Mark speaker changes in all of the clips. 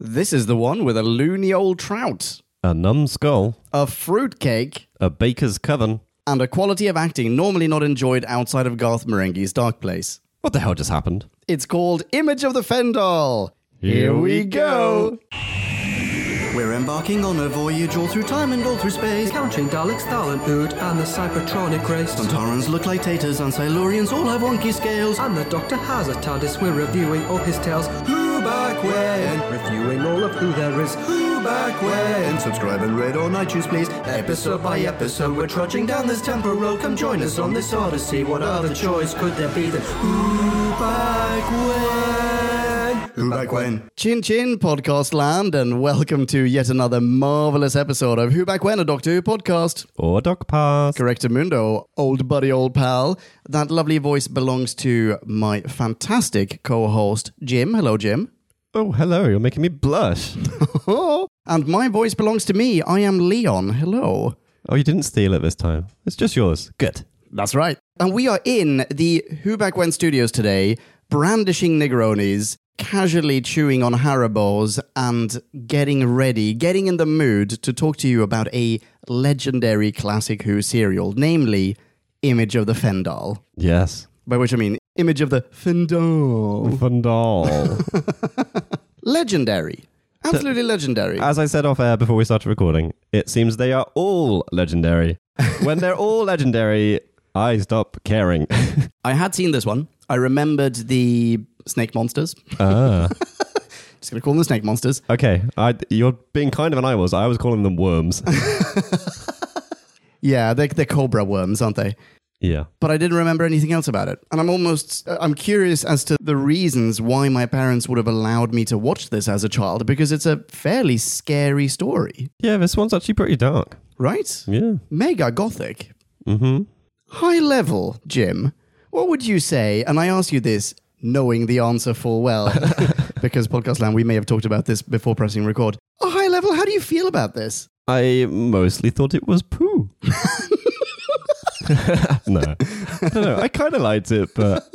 Speaker 1: This is the one with a loony old trout,
Speaker 2: A numbskull,
Speaker 1: a fruitcake,
Speaker 2: a baker's coven.
Speaker 1: and a quality of acting normally not enjoyed outside of Garth Marenghi's Dark Place.
Speaker 2: What the hell just happened?
Speaker 1: It's called Image of the Fendal.
Speaker 2: Here we go.
Speaker 3: We're embarking on a voyage all through time and all through space.
Speaker 4: Counting Daleks, Thalan, Ood, and the Cybertronic race.
Speaker 3: Santarans look like taters, and Silurians all have wonky scales.
Speaker 4: And the Doctor has a TARDIS. We're reviewing all his tales. Who back when? Reviewing all of who there is.
Speaker 3: Who back when? Subscribe and rate on iTunes, please. Episode by episode, we're trudging down this tempo road. Come join us on this odyssey. What other choice could there be than Who back when? Who back when?
Speaker 1: Chin Chin Podcast Land, and welcome to yet another marvelous episode of Who Back When, a Doctor Who podcast.
Speaker 2: Or dog pass.
Speaker 1: Corrector Mundo, old buddy, old pal. That lovely voice belongs to my fantastic co host, Jim. Hello, Jim.
Speaker 2: Oh, hello, you're making me blush.
Speaker 1: and my voice belongs to me. I am Leon. Hello.
Speaker 2: oh, you didn't steal it this time. It's just yours. Good.
Speaker 1: That's right. And we are in the Who Back When studios today, brandishing Negronis, casually chewing on Haribos, and getting ready, getting in the mood to talk to you about a legendary classic Who serial, namely Image of the Fendal.
Speaker 2: Yes.
Speaker 1: By which I mean Image of the Fendal.
Speaker 2: Vandal.
Speaker 1: Legendary. Absolutely legendary.
Speaker 2: As I said off air before we started recording, it seems they are all legendary. when they're all legendary, I stop caring.
Speaker 1: I had seen this one. I remembered the snake monsters.
Speaker 2: ah.
Speaker 1: Just gonna call them the snake monsters.
Speaker 2: Okay, I, you're being kind of an I was. I was calling them worms.
Speaker 1: Yeah, they're, they're cobra worms, aren't they?
Speaker 2: yeah.
Speaker 1: but I didn't remember anything else about it. And I'm almost uh, I'm curious as to the reasons why my parents would have allowed me to watch this as a child because it's a fairly scary story,
Speaker 2: Yeah, this one's actually pretty dark.
Speaker 1: right?
Speaker 2: Yeah.
Speaker 1: Mega gothic.
Speaker 2: Mm-hmm.
Speaker 1: High level, Jim. What would you say? And I ask you this knowing the answer full well because podcast land we may have talked about this before pressing record. A high level, how do you feel about this?
Speaker 2: I mostly thought it was poo. no. I don't know. I kind of liked it, but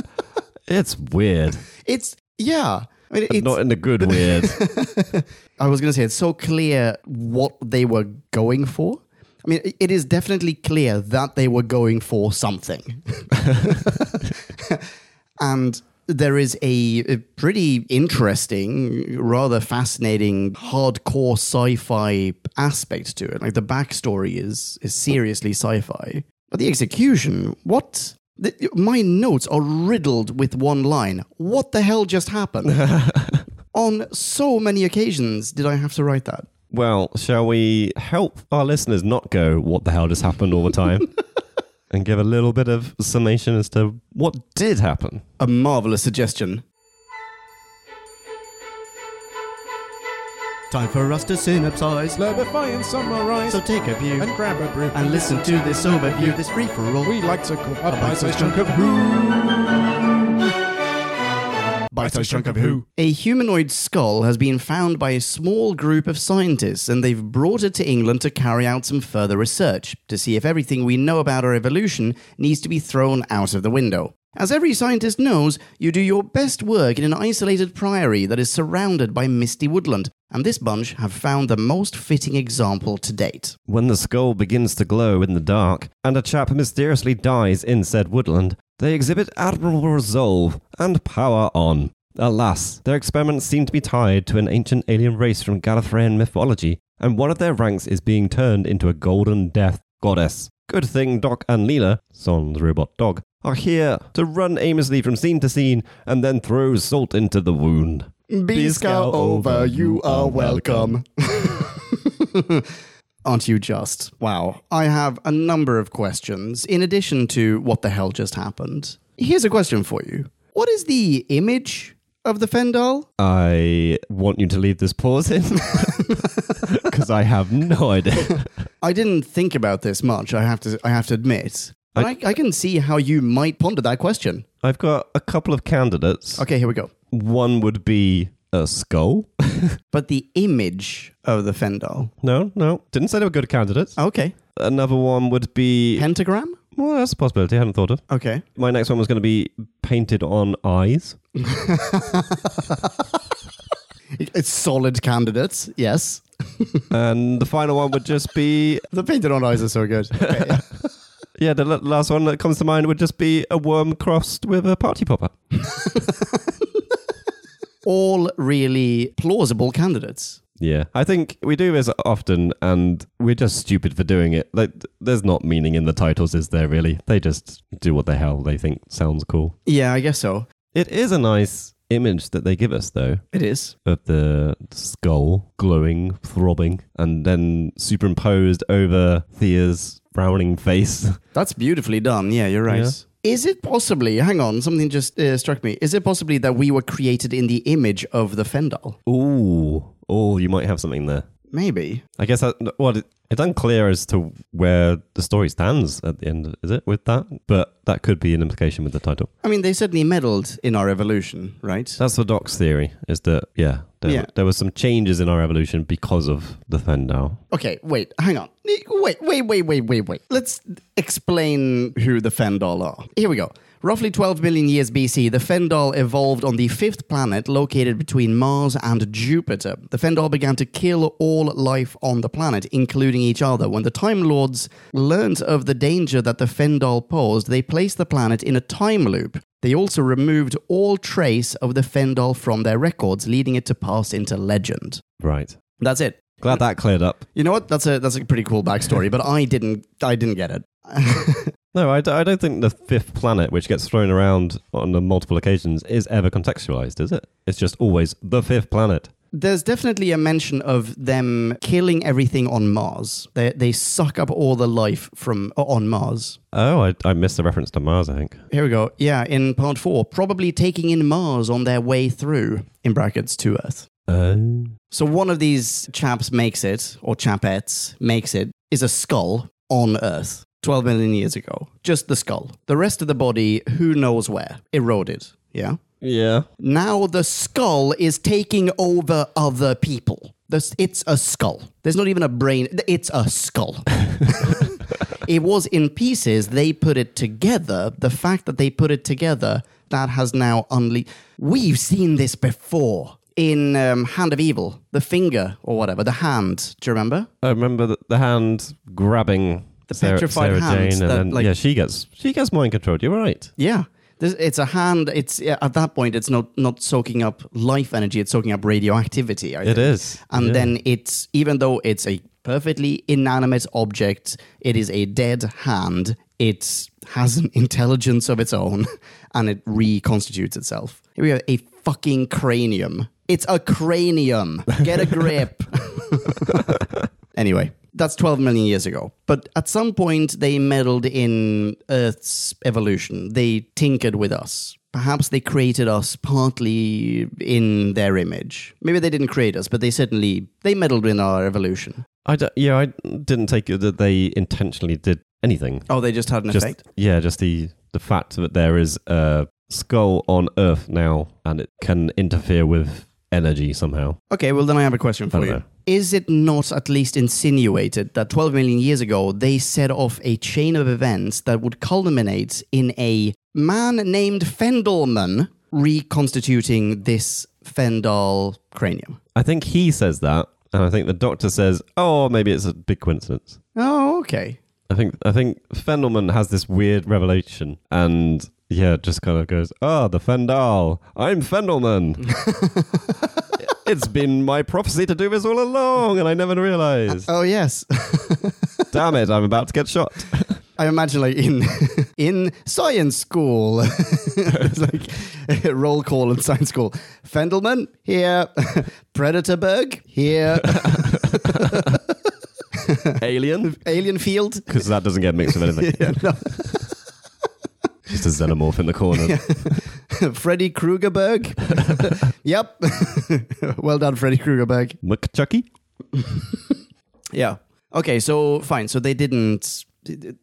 Speaker 2: it's weird.
Speaker 1: It's yeah. I mean,
Speaker 2: But
Speaker 1: it's,
Speaker 2: Not in the good weird.
Speaker 1: I was going to say it's so clear what they were going for. I mean, it- it is definitely clear that they were going for something. and there is a, a pretty interesting, rather fascinating, hardcore sci-fi aspect to it. Like the backstory is is seriously sci-fi, but the execution, what? The, my notes are riddled with one line. What the hell just happened? On so many occasions did I have to write that.
Speaker 2: well, shall we help our listeners not go, what the hell just happened all the time? and give a little bit of summation as to what did happen?
Speaker 1: A marvelous suggestion. Time for us to synopsize.
Speaker 5: Slurpify and summarize
Speaker 1: So take a view
Speaker 5: and grab a brew
Speaker 1: and listen to this overview, this free for all.
Speaker 5: We like to call a bite-sized chunk of who. Bite-sized chunk of who.
Speaker 1: A humanoid skull has been found by a small group of scientists, and they've brought it to England to carry out some further research to see if everything we know about our evolution needs to be thrown out of the window. As every scientist knows, you do your best work in an isolated priory that is surrounded by misty woodland, and this bunch have found the most fitting example to date.
Speaker 2: When the skull begins to glow in the dark, and a chap mysteriously dies in said woodland, they exhibit admirable resolve and power on. Alas, their experiments seem to be tied to an ancient alien race from Gallifreyan mythology, and one of their ranks is being turned into a golden death goddess. Good thing Doc and Leela, Son's robot dog, are here to run aimlessly from scene to scene and then throw salt into the wound.
Speaker 1: Beescow over, you are welcome. Aren't you just? Wow. I have a number of questions in addition to what the hell just happened. Here's a question for you What is the image of the Fendal?
Speaker 2: I want you to leave this pause in because I have no idea.
Speaker 1: I didn't think about this much, I have to, I have to admit. But I, I can see how you might ponder that question.
Speaker 2: I've got a couple of candidates.
Speaker 1: Okay, here we go.
Speaker 2: One would be a skull.
Speaker 1: But the image of the Fendal.
Speaker 2: no, no, didn't say they were good candidates.
Speaker 1: Okay.
Speaker 2: Another one would be
Speaker 1: Pentagram?
Speaker 2: well, that's a possibility. I hadn't thought of.
Speaker 1: Okay.
Speaker 2: My next one was going to be painted on eyes.
Speaker 1: It's solid candidates, yes.
Speaker 2: And the final one would just be
Speaker 1: The painted on eyes are so good. Okay, yeah.
Speaker 2: yeah, the l- last one that comes to mind would just be a worm crossed with a party popper.
Speaker 1: All really plausible candidates.
Speaker 2: Yeah. I think we do this often and we're just stupid for doing it. Like th- there's not meaning in the titles is there really? They just do what the hell they think sounds cool.
Speaker 1: Yeah, I guess so.
Speaker 2: It is a nice image that they give us though
Speaker 1: It is.
Speaker 2: of the skull glowing, throbbing and then superimposed over Thea's frowning face.
Speaker 1: That's beautifully done. Yeah, you're right. Is it possibly, hang on, something just uh, struck me. Is it possibly that we were created in the image of the Fendal?
Speaker 2: Ooh. Oh, you might have something there.
Speaker 1: Maybe.
Speaker 2: I guess that, well, it- it's unclear as to where the story stands at the end, is it, with that? But that could be an implication with the title.
Speaker 1: I mean, they certainly meddled in our evolution, right?
Speaker 2: That's the Doc's theory, is that, yeah, there,
Speaker 1: Yeah.
Speaker 2: there was some changes in our evolution because of the Fendal.
Speaker 1: Okay, wait, hang on. Wait, wait, wait, wait, wait, wait. Let's explain who the Fendal are. Here we go. Roughly 12 million years BC, the Fendal evolved on the fifth planet located between Mars and Jupiter. The Fendal began to kill all life on the planet, including each other. When the Time Lords learned of the danger that the Fendal posed, they placed the planet in a time loop. They also removed all trace of the Fendal from their records, leading it to pass into legend.
Speaker 2: Right.
Speaker 1: That's it.
Speaker 2: Glad that cleared up.
Speaker 1: You know what? That's a that's a pretty cool backstory, but I didn't I didn't get it.
Speaker 2: No, I, d- I don't think the fifth planet, which gets thrown around on the multiple occasions, is ever contextualized, is it? It's just always the fifth planet.
Speaker 1: There's definitely a mention of them killing everything on Mars. They they suck up all the life from on Mars.
Speaker 2: Oh, I, I missed the reference to Mars, I think.
Speaker 1: Here we go. Yeah, in part four, probably taking in Mars on their way through in brackets to Earth.
Speaker 2: Oh.
Speaker 1: So one of these chaps makes it, or chapettes makes it, is a skull on Earth 12 million years ago. Just the skull. The rest of the body, who knows where, eroded. Yeah.
Speaker 2: Yeah.
Speaker 1: Now the skull is taking over other people. This- it's a skull. There's not even a brain. It's a skull. it was in pieces. They put it together. The fact that they put it together, that has now unleashed. We've seen this before in um, Hand of Evil, the finger or whatever, the hand. Do you remember?
Speaker 2: I remember the, the hand grabbing
Speaker 1: The petrified hand
Speaker 2: Jane, and
Speaker 1: that,
Speaker 2: then
Speaker 1: like-
Speaker 2: yeah, she gets she gets mind controlled. You're right.
Speaker 1: Yeah. This, it's a hand. It's yeah, at that point, it's not not soaking up life energy. It's soaking up radioactivity. I
Speaker 2: It
Speaker 1: think.
Speaker 2: is.
Speaker 1: and
Speaker 2: Yeah.
Speaker 1: then it's even though it's a perfectly inanimate object, it is a dead hand. It has an intelligence of its own, and it reconstitutes itself. Here we have a fucking cranium. It's a cranium. Get a grip. Anyway, that's 12 million years ago. But at some point, they meddled in Earth's evolution. They tinkered with us. Perhaps they created us partly in their image. Maybe they didn't create us, but they certainly they meddled in our evolution.
Speaker 2: I d- yeah, I didn't take it that they intentionally did anything.
Speaker 1: Oh, they just had an
Speaker 2: just
Speaker 1: effect.
Speaker 2: yeah, just the the fact that there is a skull on Earth now, and it can interfere with energy somehow.
Speaker 1: Okay, well then I have a question for
Speaker 2: don't
Speaker 1: you.
Speaker 2: know.
Speaker 1: Is it not at least insinuated that 12 million years ago they set off a chain of events that would culminate in a man named Fendelman reconstituting this Fendal cranium?
Speaker 2: I think he says that, and I think the doctor says, "Oh, maybe it's a big coincidence."
Speaker 1: Oh, okay.
Speaker 2: I think I think Fendelman has this weird revelation, and yeah, just kind of goes, "Ah, the Fendal. I'm Fendelman. it's been my prophecy to do this all along, and I never realized.
Speaker 1: Oh, yes.
Speaker 2: Damn it, I'm about to get shot."
Speaker 1: I imagine like in in science school, it's like roll call in science school. Fendelman here, Predatorberg here,
Speaker 2: Alien,
Speaker 1: Alien Field
Speaker 2: because that doesn't get mixed with anything. Just a xenomorph in the corner.
Speaker 1: Freddy Kruegerberg. yep. well done, Freddy Kruegerberg.
Speaker 2: McChucky.
Speaker 1: Yeah. Okay, so fine. So they didn't.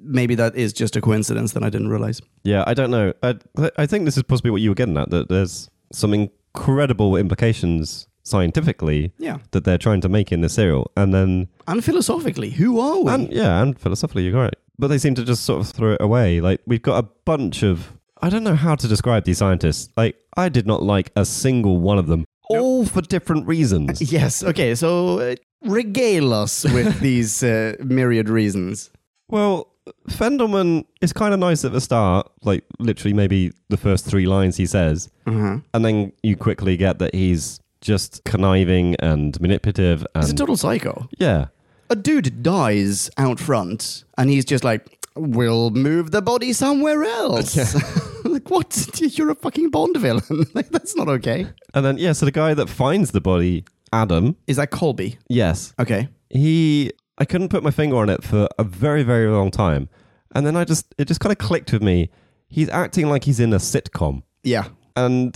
Speaker 1: Maybe that is just a coincidence that I didn't realize.
Speaker 2: Yeah, I don't know. I, I think this is possibly what you were getting at. That there's some incredible implications scientifically
Speaker 1: Yeah.
Speaker 2: that they're trying to make in this serial, and then
Speaker 1: And philosophically, who are we?
Speaker 2: And yeah, and philosophically, you're right. But they seem to just sort of throw it away. Like we've got a bunch of I don't know how to describe these scientists. Like I did not like a single one of them. all for different reasons.
Speaker 1: Yes. Okay. So uh, regale us with these uh, myriad reasons.
Speaker 2: Well, Fendelman is kind of nice at the start, like literally maybe the first three lines he says,
Speaker 1: Uh-huh.
Speaker 2: and then you quickly get that he's just conniving and manipulative and
Speaker 1: It's a total psycho.
Speaker 2: yeah,
Speaker 1: A dude dies out front, and he's just like, "We'll move the body somewhere else." like what? You're a fucking Bond villain. like that's not okay.
Speaker 2: and then yeah, so the guy that finds the body, Adam,
Speaker 1: Is that Colby?
Speaker 2: yes,
Speaker 1: Okay.
Speaker 2: he I couldn't put my finger on it for a very very long time, and then I just it just kind of clicked with me. He's acting like he's in a sitcom.
Speaker 1: Yeah.
Speaker 2: and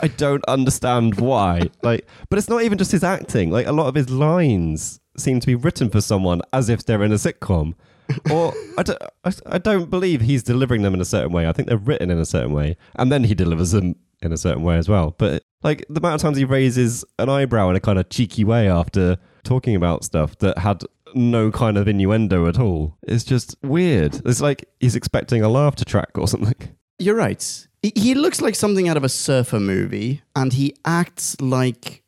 Speaker 2: I don't understand why. like, but it's not even just his acting. Like, a lot of his lines seem to be written for someone as if they're in a sitcom. or I don't, I, I don't believe he's delivering them in a certain way. I think they're written in a certain way, and then he delivers them in a certain way as well. But like the amount of times he raises an eyebrow in a kind of cheeky way after talking about stuff that had no kind of innuendo at all, it's just weird. It's like he's expecting a laughter track or something.
Speaker 1: You're right. He- He looks like something out of a surfer movie, and he acts like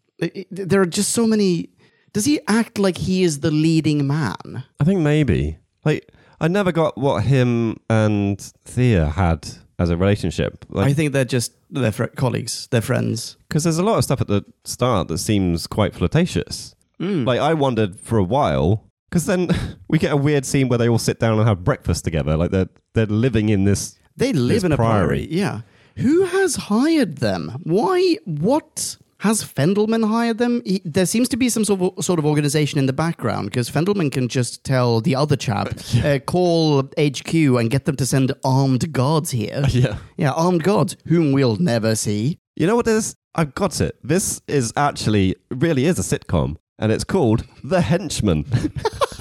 Speaker 1: there are just so many. Does he act like he is the leading man?
Speaker 2: I think maybe. Like, I never got what him and Thea had as a relationship.
Speaker 1: I
Speaker 2: Like,
Speaker 1: think they're just they're fr- colleagues, they're friends.
Speaker 2: because there's a lot of stuff at the start that seems quite flirtatious. Like, I wondered for a while. Because then we get a weird scene where they all sit down and have breakfast together. Like, they're, they're living in this.
Speaker 1: They live
Speaker 2: It's
Speaker 1: in a priory.
Speaker 2: priory.
Speaker 1: Yeah. Who has hired them? Why? What has Fendelman hired them? He, there seems to be some sort of sort of organization in the background because Fendelman can just tell the other chap, uh, call HQ and get them to send armed guards here.
Speaker 2: Yeah.
Speaker 1: Yeah, armed guards, whom we'll never see.
Speaker 2: You know what it is? I've got it. This is actually, really is a sitcom. And it's called The Henchman.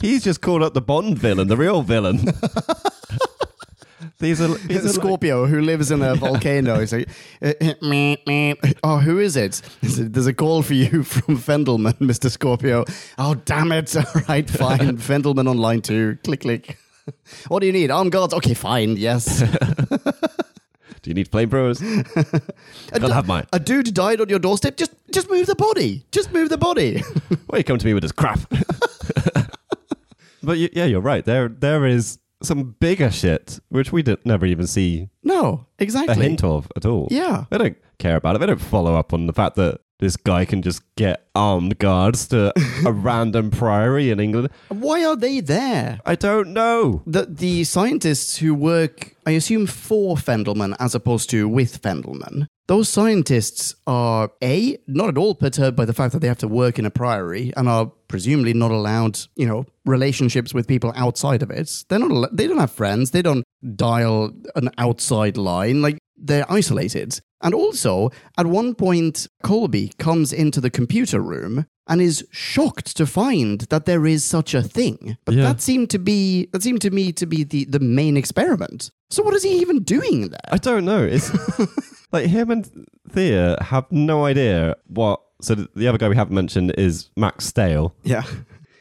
Speaker 2: He's just called up the Bond villain, the real villain. These are, these are like-
Speaker 1: Scorpio, who lives in a volcano. He's like, eh, eh, meh, meh. oh, who is it? There's a call for you from Fendelman, Mr. Scorpio. Oh, damn it. All right, fine. Fendelman on line two. Click, click. What do you need? Armed guards? Okay, fine. Yes.
Speaker 2: Do you need flamethrowers? I'll have mine.
Speaker 1: a dude died on your doorstep. Just, just move the body. Just move the body.
Speaker 2: Why you come to me with this crap? but you, yeah, you're right. There, there is some bigger shit which we did, never even see
Speaker 1: no,
Speaker 2: a
Speaker 1: exactly.
Speaker 2: hint of at all.
Speaker 1: Yeah.
Speaker 2: they don't care about it. They don't follow up on the fact that this guy can just get armed guards to a random priory in England.
Speaker 1: Why are they there?
Speaker 2: I don't know.
Speaker 1: the the scientists who work, I assume, for Fendelman as opposed to with Fendelman. Those scientists are a not at all perturbed by the fact that they have to work in a priory and are presumably not allowed, you know, relationships with people outside of it. They're not. al- They don't have friends. They don't dial an outside line. Like they're isolated. And also, at one point, Colby comes into the computer room and is shocked to find that there is such a thing. But
Speaker 2: Yeah.
Speaker 1: that seemed to be that seemed to me to be the, the main experiment. So what is he even doing there?
Speaker 2: I don't know. It's like him and Thea have no idea what. So the the other guy we haven't mentioned is Max Stale.
Speaker 1: Yeah.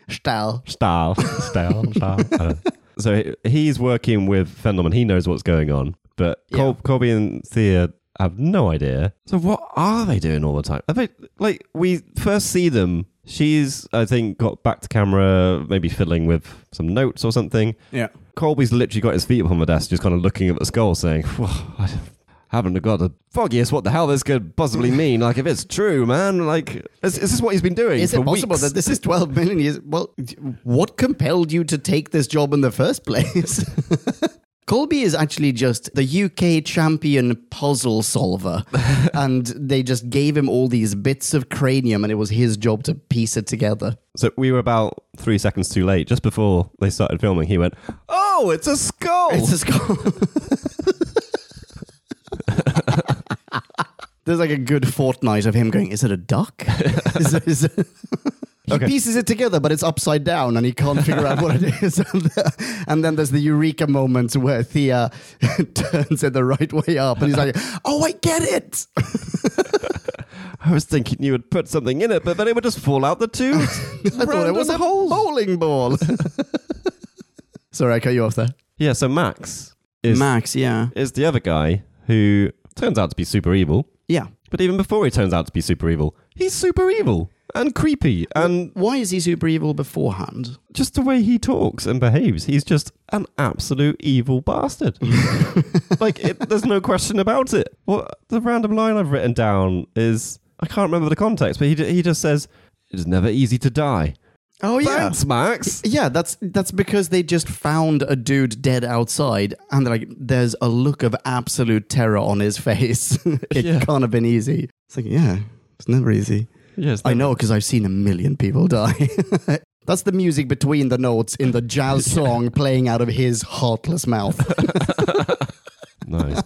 Speaker 1: Stahl.
Speaker 2: style, style, style. I don't know. so he- he's working with Fendelman. He knows what's going on, but Col- Colby and Thea have no idea. So what are they doing all the time? Are they like we first see them? She's I think got back to camera, maybe fiddling with some notes or something.
Speaker 1: Yeah.
Speaker 2: Colby's literally got his feet up on the desk, just kind of looking at the skull, saying, "Whoa, I haven't got the foggiest what the hell this could possibly mean. Like, if it's true, man, like, is, is this what he's been doing?
Speaker 1: Is it
Speaker 2: for
Speaker 1: possible
Speaker 2: weeks?
Speaker 1: that this is 12 million years? Well, what compelled you to take this job in the first place? Colby is actually just the UK champion puzzle solver. and they just gave him all these bits of cranium, and it was his job to piece it together.
Speaker 2: So we were about three seconds too late. Just before they started filming, he went, "Oh, it's a skull."
Speaker 1: It's a skull. There's like a good fortnight of him going, Is it a duck? Is it- is it- He
Speaker 2: Okay.
Speaker 1: pieces it together, but it's upside down and he can't figure out what it is. And, the- and then there's the eureka moment where Thea turns it the right way up and he's like, Oh, I get it.
Speaker 2: I was thinking you would put something in it, but then it would just fall out the tube.
Speaker 1: I thought it was a bowling ball. Sorry, I cut you off there.
Speaker 2: Yeah. So Max is
Speaker 1: Max, yeah.
Speaker 2: is the other guy who turns out to be super evil.
Speaker 1: Yeah.
Speaker 2: But even before he turns out to be super evil, he's super evil and creepy and
Speaker 1: Why is he super evil beforehand?
Speaker 2: just the way he talks and behaves, he's just an absolute evil bastard. like, it, there's no question about it. Well, the random line I've written down is I can't remember the context, but he, ju- he just says, It's never easy to die.
Speaker 1: Oh
Speaker 2: Thanks, Max.
Speaker 1: Yeah, that's that's because they just found a dude dead outside, and they're like, there's a look of absolute terror on his face. it
Speaker 2: Yeah.
Speaker 1: can't have been easy. It's like, yeah, it's never easy.
Speaker 2: Yes,
Speaker 1: I know because I've seen a million people die. that's the music between the notes in the jazz song playing out of his heartless mouth.
Speaker 2: Nice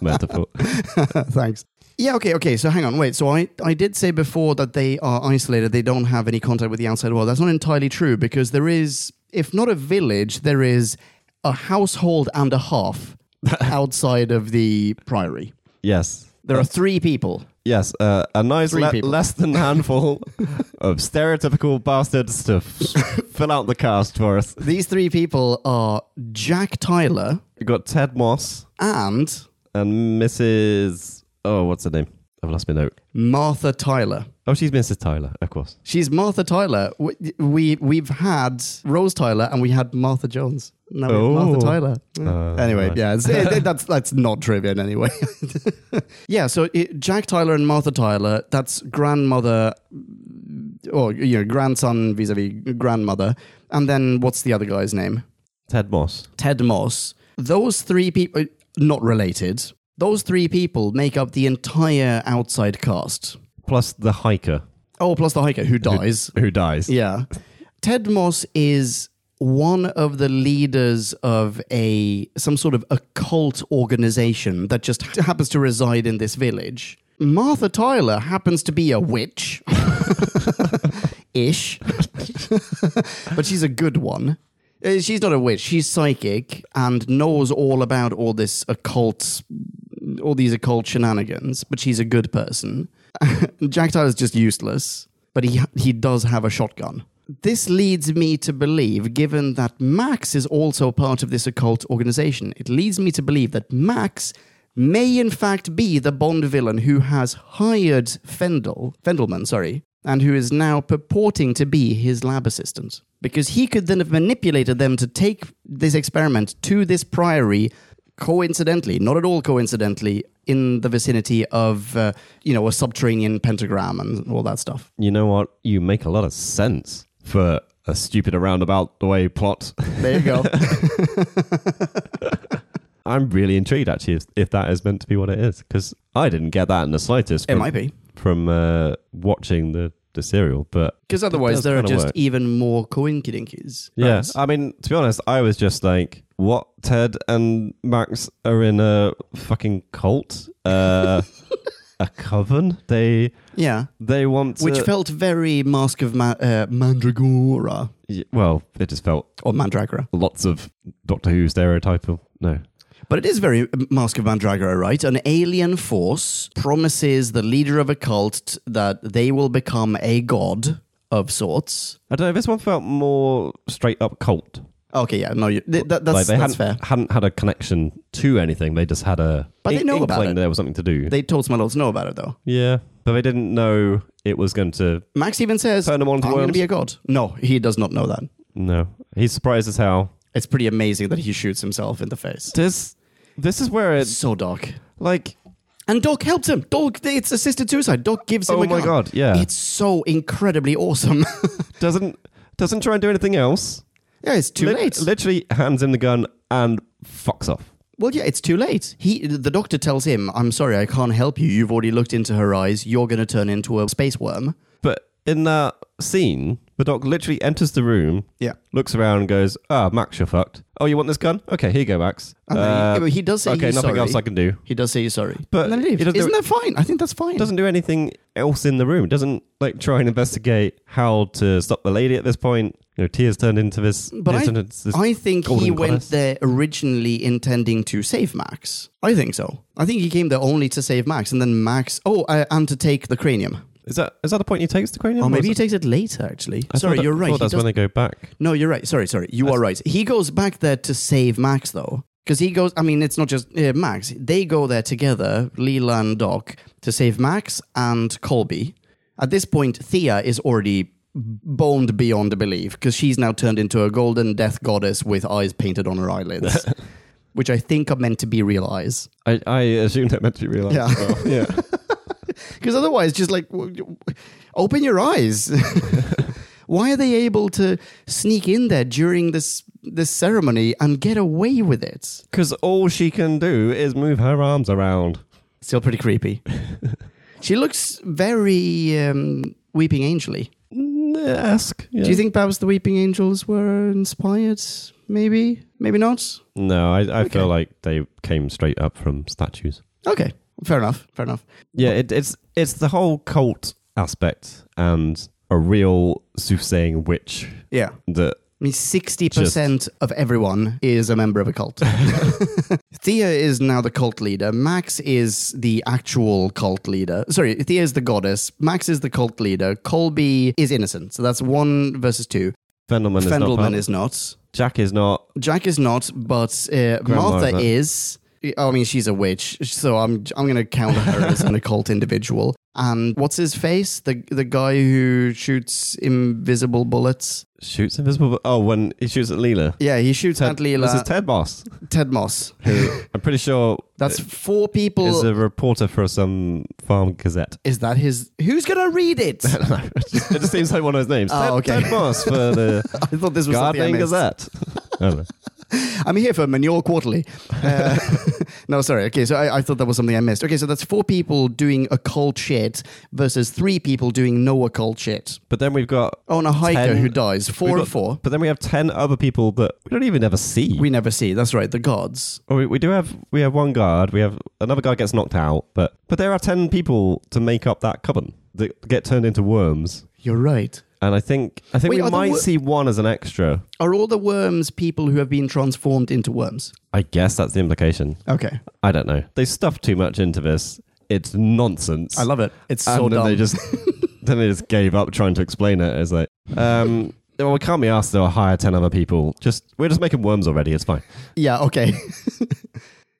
Speaker 2: metaphor.
Speaker 1: Thanks. Yeah, okay, okay. So hang on, wait. So I, I did say before that they are isolated, they don't have any contact with the outside world. That's not entirely true because there is, if not a village, there is a household and a half outside of the priory.
Speaker 2: yes. Uh,
Speaker 1: There are three people.
Speaker 2: Yes, uh, a nice
Speaker 1: Three
Speaker 2: le-
Speaker 1: people.
Speaker 2: less than handful of stereotypical bastards to f- fill out the cast for us.
Speaker 1: These three people are Jack Tyler
Speaker 2: We've got Ted Moss
Speaker 1: and
Speaker 2: and Mrs. Oh, what's her name? I've lost my note.
Speaker 1: Martha Tyler.
Speaker 2: Oh, she's Mrs. Tyler, of course.
Speaker 1: She's Martha Tyler. We, we we've had Rose Tyler and we had Martha Jones. Now we have
Speaker 2: Oh.
Speaker 1: Martha Tyler. Yeah.
Speaker 2: Uh,
Speaker 1: anyway,
Speaker 2: right.
Speaker 1: yeah, it's, it- it- that's that's not trivial anyway. yeah, so it, Jack Tyler and Martha Tyler. That's grandmother, or you know, grandson vis-a-vis grandmother, and then what's the other guy's name?
Speaker 2: Ted Moss.
Speaker 1: Ted Moss. Those three people, not related. Those three people make up the entire outside cast.
Speaker 2: Plus the hiker
Speaker 1: Oh, plus the hiker who dies.
Speaker 2: who dies.
Speaker 1: Yeah. Ted Moss is one of the leaders of a some sort of occult organization that just happens to reside in this village. Martha Tyler happens to be a witch. Ish. but she's a good one. Uh, She's not a witch, she's psychic and knows all about all this occult all these occult shenanigans, but she's a good person. Jack Tyler's just useless, but he he does have a shotgun. This leads me to believe, given that Max is also part of this occult organization, it leads me to believe that Max may in fact be the Bond villain who has hired Fendel, Fendelman, sorry, and who is now purporting to be his lab assistant. Because he could then have manipulated them to take this experiment to this priory coincidentally, not at all coincidentally, in the vicinity of uh, you know a subterranean pentagram and all that stuff.
Speaker 2: You know what? You make a lot of sense for a stupid roundabout the way plot.
Speaker 1: There you go.
Speaker 2: I'm really intrigued, actually, if- if that is meant to be what it is, because I didn't get that in the slightest.
Speaker 1: it
Speaker 2: from-
Speaker 1: might be
Speaker 2: from uh, watching the, the serial, but
Speaker 1: because
Speaker 2: does
Speaker 1: otherwise there are
Speaker 2: kinda
Speaker 1: just
Speaker 2: work.
Speaker 1: even more coinkydinkies.
Speaker 2: yeah, Uh,
Speaker 1: Right.
Speaker 2: I mean, to be honest, I was just like, what? Ted and Max are in a fucking cult, uh, a coven. They
Speaker 1: yeah.
Speaker 2: they want to,
Speaker 1: Which felt very Mask of Ma- uh, Mandragora
Speaker 2: y- well, it just felt
Speaker 1: or Mandragora,
Speaker 2: lots of Doctor Who stereotypical. No,
Speaker 1: but it is very uh, Mask of Mandragora, right? An alien force promises the leader of a cult that they will become a god of sorts.
Speaker 2: I don't know. This one felt more straight up cult.
Speaker 1: Okay, yeah, no, you, th- that, that's,
Speaker 2: like they
Speaker 1: that's fair.
Speaker 2: hadn't, hadn't had a connection to anything. They just had a
Speaker 1: But they
Speaker 2: in-
Speaker 1: know about
Speaker 2: inkling
Speaker 1: it.
Speaker 2: there was something to do.
Speaker 1: They told Smilows know about it though.
Speaker 2: yeah, but they didn't know it was going to
Speaker 1: Max even says,
Speaker 2: Turn them on to
Speaker 1: "I'm going to
Speaker 2: worms."
Speaker 1: be a god." No, he does not know that.
Speaker 2: No, he's surprised as hell.
Speaker 1: It's pretty amazing that he shoots himself in the face.
Speaker 2: This, this is where
Speaker 1: It's
Speaker 2: it's
Speaker 1: so dark.
Speaker 2: like,
Speaker 1: And Doc helps him. Doc, it's assisted suicide. Doc gives him
Speaker 2: oh
Speaker 1: a
Speaker 2: my
Speaker 1: gun.
Speaker 2: god, yeah,
Speaker 1: It's so incredibly awesome.
Speaker 2: doesn't doesn't try and do anything else.
Speaker 1: yeah, it's too
Speaker 2: Lit-
Speaker 1: late.
Speaker 2: Literally hands him the gun and fucks off.
Speaker 1: well, yeah, it's too late. He, the doctor tells him, "I'm sorry, I can't help you. You've already looked into her eyes. You're going to turn into a space worm."
Speaker 2: But in that scene, the doc literally enters the room,
Speaker 1: Yeah,
Speaker 2: looks around, and goes, "Ah, Max, you're fucked. Oh, you want this gun? Okay, here you go, Max. Uh,
Speaker 1: And then he- yeah, but he does say
Speaker 2: okay,
Speaker 1: he's
Speaker 2: nothing
Speaker 1: sorry.
Speaker 2: else I can do.
Speaker 1: he does say he's sorry,
Speaker 2: But
Speaker 1: and then he
Speaker 2: he
Speaker 1: leaves.
Speaker 2: doesn't do
Speaker 1: Isn't that
Speaker 2: it-
Speaker 1: fine? I think that's fine.
Speaker 2: Doesn't do anything else in the room. Doesn't like try and investigate how to stop the lady at this point. You know, tears turned into this.
Speaker 1: But I-
Speaker 2: tears turned into this
Speaker 1: I think he
Speaker 2: golden
Speaker 1: went
Speaker 2: goddess.
Speaker 1: there originally intending to save Max. I think so. I think he came there only to save Max, and then Max. Oh, uh, and to take the cranium.
Speaker 2: Is that is that the point he takes the cranium?
Speaker 1: Or
Speaker 2: Or is
Speaker 1: Oh, maybe he
Speaker 2: that-
Speaker 1: takes it later. Actually,
Speaker 2: I
Speaker 1: sorry,
Speaker 2: thought that-
Speaker 1: you're
Speaker 2: I
Speaker 1: right.
Speaker 2: thought
Speaker 1: He
Speaker 2: that's when
Speaker 1: does-
Speaker 2: they go back.
Speaker 1: no, you're right. Sorry, sorry, you are right. He goes back there to save Max, though. Because he goes, I mean, it's not just uh, Max. They go there together, Leela and Doc, to save Max and Colby. At this point, Thea is already boned beyond belief because she's now turned into a golden death goddess with eyes painted on her eyelids, which I think are meant to be real eyes.
Speaker 2: I, I assume that meant to be real.
Speaker 1: Yeah.
Speaker 2: Well, yeah.
Speaker 1: Because otherwise, just like, w- w- open your eyes. Why are they able to sneak in there during this this ceremony and get away with it?
Speaker 2: Because all she can do is move her arms around.
Speaker 1: Still pretty creepy. she looks very um, Weeping Angely.
Speaker 2: Ask.
Speaker 1: Do you think perhaps the Weeping Angels were inspired? Maybe, maybe not.
Speaker 2: No, I, I
Speaker 1: Okay.
Speaker 2: feel like they came straight up from statues.
Speaker 1: Okay, fair enough. Fair enough.
Speaker 2: Yeah, it, it's it's the whole cult aspect and a real soothsaying witch
Speaker 1: Yeah.
Speaker 2: that
Speaker 1: I mean, 60% of everyone is a member of a cult. Thea is now the cult leader. Max is the actual cult leader. Sorry, Thea is the goddess. Max is the cult leader. Colby is innocent. So that's one versus two.
Speaker 2: Fendelman is not. part-
Speaker 1: Fendelman is not.
Speaker 2: Jack is not.
Speaker 1: Jack is not, but uh, Martha
Speaker 2: Martha.
Speaker 1: is. I mean, she's a witch, so I'm I'm gonna count her as an occult individual. And what's his face? The the guy who shoots invisible bullets.
Speaker 2: Shoots invisible. Oh, when he shoots at Leela.
Speaker 1: Yeah, he shoots at
Speaker 2: This is
Speaker 1: Leela.
Speaker 2: Ted Boss.
Speaker 1: Ted Moss.
Speaker 2: I'm pretty sure uh,
Speaker 1: That's four
Speaker 2: is
Speaker 1: people.
Speaker 2: a reporter for some farm gazette.
Speaker 1: is that his? Who's gonna read it?
Speaker 2: I don't know. It just, it just seems like one of those names.
Speaker 1: Oh,
Speaker 2: Ted,
Speaker 1: okay.
Speaker 2: Ted Boss for the
Speaker 1: I thought this was something I
Speaker 2: Gardening
Speaker 1: missed.
Speaker 2: Gazette. I don't know.
Speaker 1: I'm here for Manure Quarterly. Uh, no, sorry. Okay, so I, I thought that was something I missed. Okay, so that's four people doing occult shit versus three people doing no occult shit.
Speaker 2: But then we've got
Speaker 1: on a hiker
Speaker 2: Ten-
Speaker 1: who dies.
Speaker 2: we've
Speaker 1: Oh, Four
Speaker 2: got-
Speaker 1: and four.
Speaker 2: But then we have ten other people that we don't even ever see.
Speaker 1: We never see. That's right. The gods.
Speaker 2: Well, we, we do have we have one guard. We have another guard gets knocked out, but but there are ten people to make up that coven that get turned into worms.
Speaker 1: You're right.
Speaker 2: And I think I think
Speaker 1: Wait, are
Speaker 2: we
Speaker 1: the
Speaker 2: might
Speaker 1: wor-
Speaker 2: see one as an extra.
Speaker 1: Are all the worms people who have been transformed into worms?
Speaker 2: I guess that's the implication.
Speaker 1: Okay.
Speaker 2: I don't know. They stuffed too much into this. It's nonsense.
Speaker 1: I love it. It's
Speaker 2: and
Speaker 1: so
Speaker 2: then
Speaker 1: dumb.
Speaker 2: they just then they just gave up trying to explain it. It's like, um, well, we can't be asked to hire ten other people. Just we're just making worms already. It's fine.
Speaker 1: yeah, okay.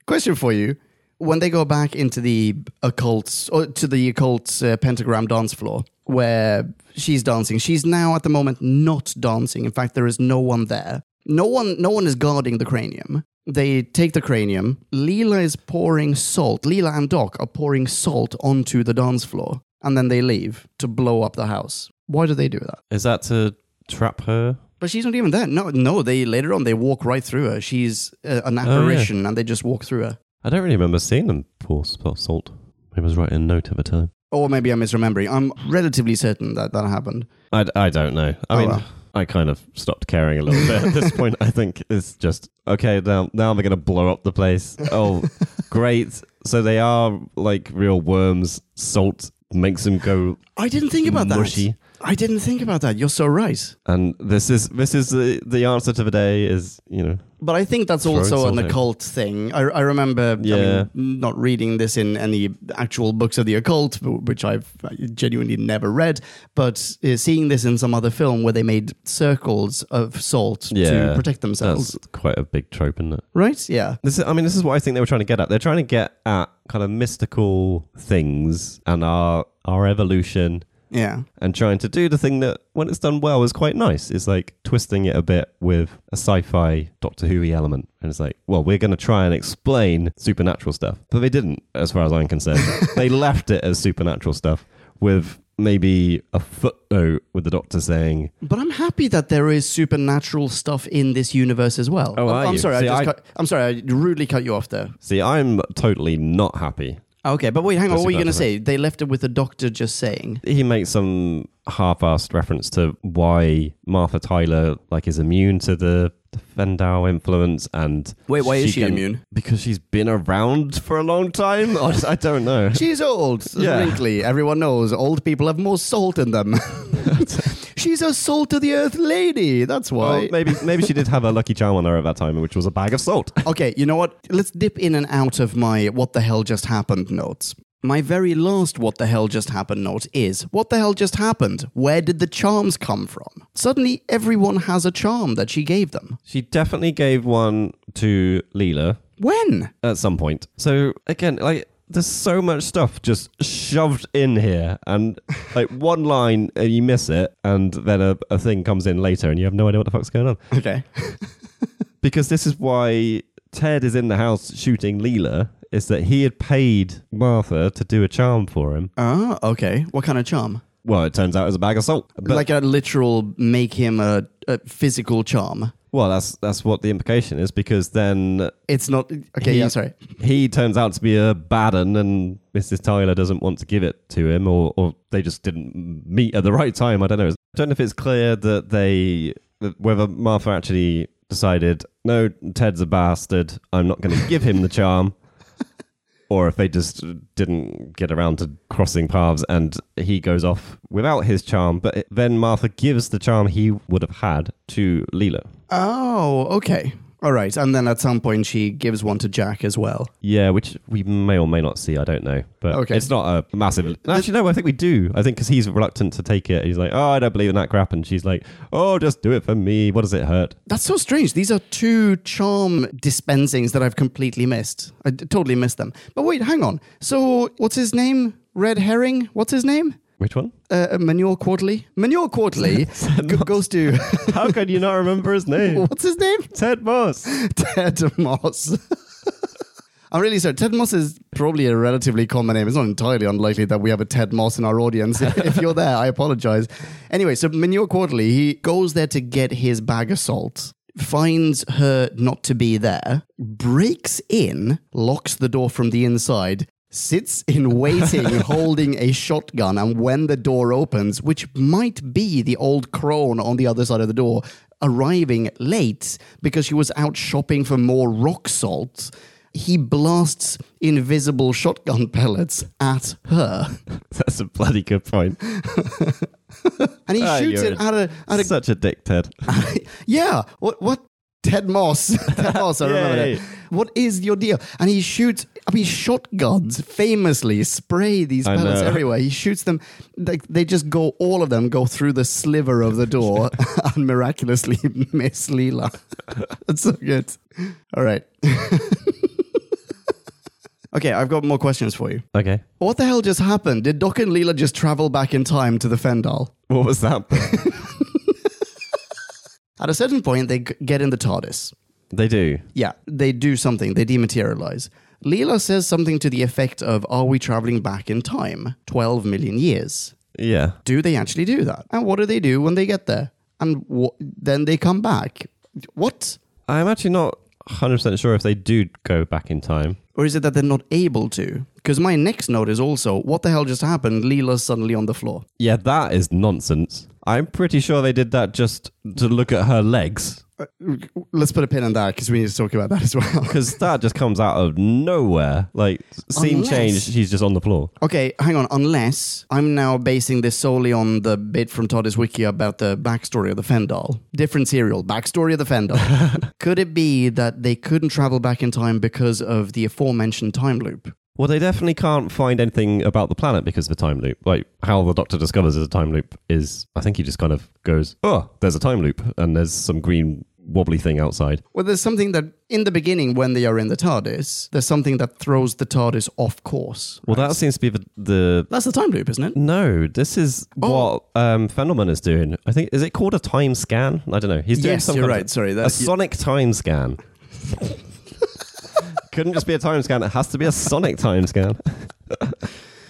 Speaker 1: Question for you. When they go back into the occult, or to the occult uh, pentagram dance floor, where she's dancing, she's now at the moment not dancing. In fact, there is no one there. No one, no one is guarding the cranium. They take the cranium. Leela is pouring salt. Leela and Doc are pouring salt onto the dance floor, and then they leave to blow up the house. Why do they do that?
Speaker 2: Is that to trap her?
Speaker 1: But she's not even there. No, no. They later on they walk right through her. She's uh, an
Speaker 2: Oh, yeah.
Speaker 1: apparition, and they just walk through her.
Speaker 2: I don't really remember seeing them pour sp- salt. I was writing a note at the time.
Speaker 1: Or maybe I'm misremembering. I'm relatively certain that that happened.
Speaker 2: I, I don't know. I
Speaker 1: Oh,
Speaker 2: mean,
Speaker 1: well.
Speaker 2: I kind of stopped caring a little bit at this point. I think it's just okay. Now now they're gonna blow up the place. Oh, great! So they are like real worms. Salt makes them go
Speaker 1: I didn't think about that.
Speaker 2: Mushy.
Speaker 1: I didn't think about that. You're so right.
Speaker 2: and this is this is the the answer to the day is you know
Speaker 1: But I think that's
Speaker 2: Throwing
Speaker 1: also an
Speaker 2: salt in.
Speaker 1: occult thing. I, I remember
Speaker 2: Yeah.
Speaker 1: I mean, not reading this in any actual books of the occult, which I've genuinely never read, but uh, seeing this in some other film where they made circles of salt to
Speaker 2: Yeah,
Speaker 1: protect themselves.
Speaker 2: that's quite a big trope, isn't it?
Speaker 1: Right? Yeah.
Speaker 2: This is, I mean, this is what I think they were trying to get at. They're trying to get at kind of mystical things and our our evolution,
Speaker 1: Yeah.
Speaker 2: and trying to do the thing that, when it's done well, is quite nice. It's like twisting it a bit with a sci-fi Doctor Who element, and it's like, well, we're going to try and explain supernatural stuff, but they didn't, as far as I'm concerned. they left it as supernatural stuff with maybe a footnote with the Doctor saying,
Speaker 1: But I'm happy that there is supernatural stuff in this universe as well.
Speaker 2: Oh,
Speaker 1: I'm,
Speaker 2: are
Speaker 1: I'm
Speaker 2: you?
Speaker 1: sorry.
Speaker 2: See,
Speaker 1: I just
Speaker 2: I-
Speaker 1: Cut, I'm sorry. I rudely cut you off there.
Speaker 2: "See, I'm totally not happy."
Speaker 1: Okay, but wait, hang on.
Speaker 2: That's
Speaker 1: What were you going
Speaker 2: about
Speaker 1: to
Speaker 2: the
Speaker 1: say? They left it with the doctor just saying.
Speaker 2: he makes some half-assed reference to why Martha Tyler like is immune to the the Fendal influence and
Speaker 1: Wait, why is she immune?
Speaker 2: Because she's been around for a long time. I, just- I don't know.
Speaker 1: She's old,
Speaker 2: Yeah.
Speaker 1: wrinkly. Everyone knows old people have more salt in them. She's a salt to the earth lady. That's
Speaker 2: Well,
Speaker 1: why.
Speaker 2: maybe maybe she did have a lucky charm on her at that time, which was a bag of salt.
Speaker 1: okay, you know what? Let's dip in and out of my what the hell just happened notes. My very last What the Hell Just Happened note is What the Hell Just Happened? Where did the charms come from? Suddenly, everyone has a charm that she gave them.
Speaker 2: She definitely gave one to Leela
Speaker 1: When?
Speaker 2: at some point. So again, like there's so much stuff just shoved in here, and like one line and you miss it, and then a, a thing comes in later, and you have no idea what the fuck's going on.
Speaker 1: Okay.
Speaker 2: Because this is why Ted is in the house shooting Leela. Is that he had paid Martha to do a charm for him?
Speaker 1: Ah, okay. What kind of charm?
Speaker 2: Well, it turns out it was a bag of salt. But
Speaker 1: like a literal make him a, a physical charm.
Speaker 2: well, that's that's what the implication is because then
Speaker 1: It's not. Okay,
Speaker 2: He-
Speaker 1: yeah, sorry.
Speaker 2: he turns out to be a baden and Mrs. Tyler doesn't want to give it to him or, or they just didn't meet at the right time. I don't know. I don't know if it's clear that they that whether Martha actually decided, no, Ted's a bastard, I'm not gonna give him the charm. Or if they just didn't get around to crossing paths and he goes off without his charm, but it- then Martha gives the charm he would have had to Leela.
Speaker 1: Oh, okay. All right. And then at some point, she gives one to Jack as well.
Speaker 2: Yeah, which we may or may not see. I don't know, but
Speaker 1: Okay.
Speaker 2: it's not a massive. Actually, no, I think we do. I think because he's reluctant to take it. He's like, "Oh, I don't believe in that crap," and she's like, "Oh, just do it for me. What does it hurt?"
Speaker 1: That's so strange. These are two charm dispensings that I've completely missed. I d- totally missed them. But wait, hang on. So, what's his name? Red Herring? What's his name?
Speaker 2: Which one?
Speaker 1: Uh, Manure Quarterly? Manure Quarterly g- goes to.
Speaker 2: How can you not remember his name?
Speaker 1: what's his name?
Speaker 2: Ted Moss.
Speaker 1: Ted Moss. I'm really sorry. Ted Moss is probably a relatively common name. It's not entirely unlikely that we have a Ted Moss in our audience. if you're there, I apologize. Anyway, so Manure Quarterly, he goes there to get his bag of salt, finds her not to be there, breaks in, locks the door from the inside, sits in waiting holding a shotgun, and when the door opens, which might be the old crone on the other side of the door, arriving late because she was out shopping for more rock salt, he blasts invisible shotgun pellets at her.
Speaker 2: That's a bloody good point.
Speaker 1: And he
Speaker 2: Ah,
Speaker 1: shoots
Speaker 2: you're
Speaker 1: it at a, at a
Speaker 2: Such a dick, Ted.
Speaker 1: yeah. What? What? Ted Moss. Ted Moss. I remember
Speaker 2: Yay.
Speaker 1: that. What is your deal? And he shoots. I mean, shotguns famously spray these
Speaker 2: I
Speaker 1: pellets
Speaker 2: know.
Speaker 1: everywhere. He shoots them. Like they just go. All of them go through the sliver of the door and miraculously miss Leela. That's so good. All right. okay, I've got more questions for you.
Speaker 2: Okay,
Speaker 1: What the hell just happened? Did Doc and Leela just travel back in time to the Fendal?
Speaker 2: what was that?
Speaker 1: At a certain point, they g- get in the TARDIS.
Speaker 2: they do.
Speaker 1: Yeah, they do something, they dematerialize. Leela says something to the effect of Are we traveling back in time? 12 million years.
Speaker 2: Yeah.
Speaker 1: Do they actually do that? And what do they do when they get there? And wh- then they come back. What?
Speaker 2: I'm actually not 100% sure if they do go back in time.
Speaker 1: Or is it that they're not able to? Because my next note is also What the hell just happened? Leela's suddenly on the floor.
Speaker 2: Yeah, that is nonsense. I'm pretty sure they did that just to look at her legs.
Speaker 1: Uh, Let's put a pin on that because we need to talk about that as well.
Speaker 2: because that just comes out of nowhere. Like scene
Speaker 1: Unless-
Speaker 2: change, she's just on the floor.
Speaker 1: Okay, hang on. Unless I'm now basing this solely on the bit from Todd's wiki about the backstory of the Fendal. Different serial, backstory of the Fendal. Could it be that they couldn't travel back in time because of the aforementioned time loop?
Speaker 2: Well, they definitely can't find anything about the planet because of the time loop. Like how the Doctor discovers there's a time loop is, I think he just kind of goes, "Oh, there's a time loop," and there's some green wobbly thing outside.
Speaker 1: Well, there's something that in the beginning, when they are in the TARDIS, there's something that throws the TARDIS off course.
Speaker 2: Well, that seems to be the. the
Speaker 1: That's the time loop, isn't it?
Speaker 2: no, this is
Speaker 1: Oh.
Speaker 2: what um, Fendelman is doing. I think is it called a time scan? I don't know. He's doing
Speaker 1: Yes,
Speaker 2: some
Speaker 1: you're
Speaker 2: kind of-
Speaker 1: right. Sorry,
Speaker 2: a
Speaker 1: that-
Speaker 2: sonic time scan. Couldn't just be a time scan. It has to be a sonic time scan.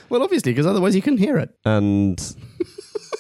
Speaker 1: Well, obviously, because otherwise you couldn't hear it.
Speaker 2: and